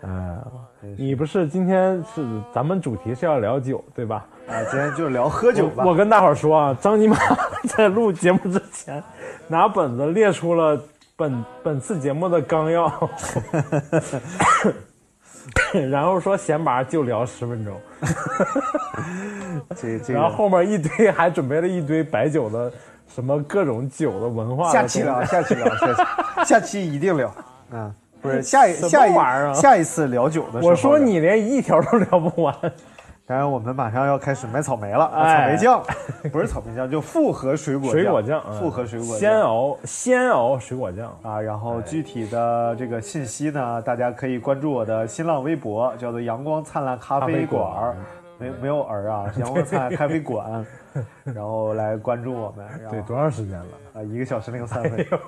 Speaker 9: 呃
Speaker 1: 哎， 你不是今天是咱们主题是要聊酒对吧？
Speaker 9: 啊，今天就聊喝酒吧
Speaker 1: 我。我跟大伙儿说啊，张尼玛 在录节目之前，拿本子列出了本本次节目的纲要， 然后说闲拔就聊十分钟，
Speaker 11: 这这
Speaker 1: 然后
Speaker 11: 个
Speaker 1: 后面一堆还准备了一堆白酒的，什么各种酒的文化的
Speaker 11: 下
Speaker 1: 东西。
Speaker 11: 期聊，下期聊，下 期下期一定聊。嗯，不是下一
Speaker 1: 什么
Speaker 11: 下一
Speaker 1: 玩意儿啊
Speaker 11: 下一次聊酒的时候，
Speaker 1: 我说。你连一条都聊不完，
Speaker 11: 当然，我们马上要开始卖草莓了，啊
Speaker 1: 哎
Speaker 11: 草莓 酱不是草莓酱，就复合水果
Speaker 1: 水果酱，嗯
Speaker 11: 复合水果
Speaker 1: 先
Speaker 11: 酱
Speaker 1: 熬先熬水果酱，
Speaker 11: 啊。然
Speaker 1: 哎
Speaker 11: 后具体的这个信息呢，大家可以关注我的新浪微博，叫做“阳光灿烂咖啡馆儿”，没没有儿啊，阳光灿烂咖啡 馆，然后来关注我们。然
Speaker 1: 对，
Speaker 11: 后
Speaker 1: 多长时间了？
Speaker 11: 啊，一个小时零三分钟。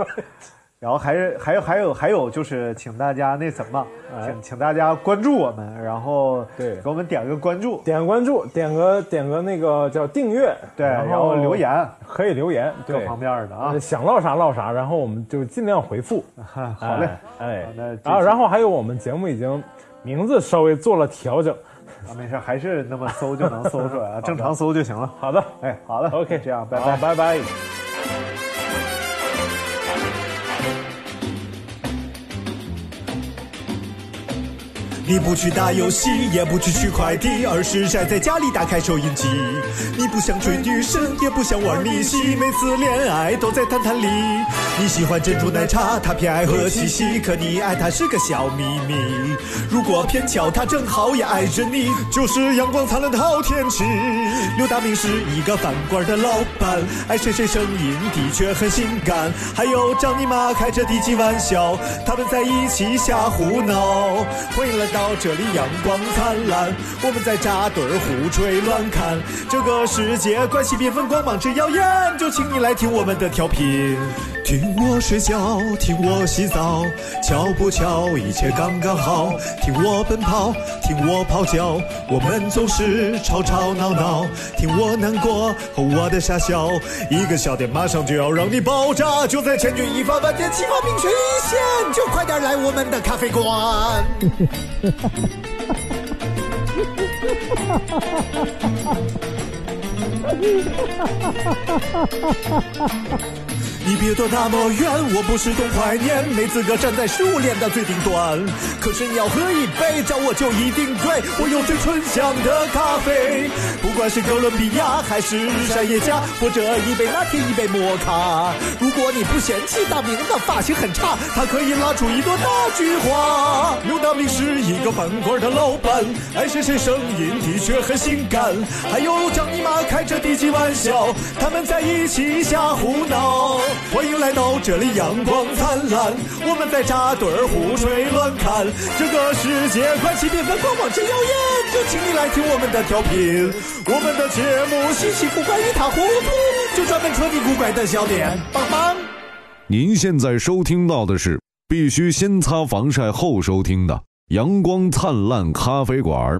Speaker 11: 然后还是还有还有还有就是，请大家那什么，请请大家关注我们，然后
Speaker 1: 哎对
Speaker 11: 给我们点个关注，
Speaker 1: 点个关注，点个点个那个叫订阅，
Speaker 11: 对，然后留言
Speaker 1: 可以留言，
Speaker 11: 各
Speaker 1: 对，
Speaker 11: 方面的啊
Speaker 1: 呃。想唠啥唠啥，然后我们就尽量回复。
Speaker 11: 好嘞，
Speaker 1: 哎
Speaker 11: 好那，这
Speaker 1: 然后
Speaker 11: 期
Speaker 1: 然后还有我们节目已经名字稍微做了调整，
Speaker 11: 啊，没事，还是那么搜就能搜出 来啊，正常搜就行了。
Speaker 1: 好的
Speaker 11: 哎，好了
Speaker 1: ，OK，
Speaker 11: 这样，拜
Speaker 1: 好
Speaker 11: 拜。
Speaker 1: 拜拜。
Speaker 9: 你不去打游戏，也不去取快递，而是宅在家里打开收音机。你不想追女神，也不想玩逆袭，每次恋爱都在谈谈里。你喜欢珍珠奶茶，他偏爱喝西西，可你爱他是个小秘密。如果偏巧他正好也爱着你，就是阳光灿烂的好天气。刘大明是一个饭馆的老板，爱谁谁声音的确很性感。还有张尼玛开着低级玩笑，他们在一起瞎胡闹。欢迎来到这里，阳光灿烂，我们在扎堆儿胡吹乱侃。这个世界关系缤纷，光芒之耀眼，就请你来听我们的调频。听我睡觉，听我洗澡，巧不巧，一切刚刚好。听我奔跑，听我咆哮，我们总是吵吵闹闹。听我难过和我的傻笑，一个笑点马上就要让你爆炸，就在千钧一发、万箭齐发、命悬一线，就快点来我们的咖啡馆。你别躲那么远，我不是懂怀念，没资格站在食物链的最顶端。可是你要喝一杯，找我就一定对，我有最醇香的咖啡。不管是哥伦比亚还是山野家，或者一杯拿铁一杯摩卡。如果你不嫌弃大明的发型很差，他可以拉出一朵大菊花。刘大明是一个饭馆的老板，爱谁谁声音的确很性感。还有张姨妈开着低级玩笑，他们在一起瞎胡闹。欢迎来到这里，阳光灿烂，我们在扎堆儿胡吹乱侃。这个世界关系缤纷，光芒真耀眼，就请你来听我们的调频。我们的节目稀奇古怪一塌糊涂，就专门戳你古怪的笑点，棒棒。
Speaker 12: 您现在收听到的是必须先擦防晒后收听的《阳光灿烂咖啡馆》。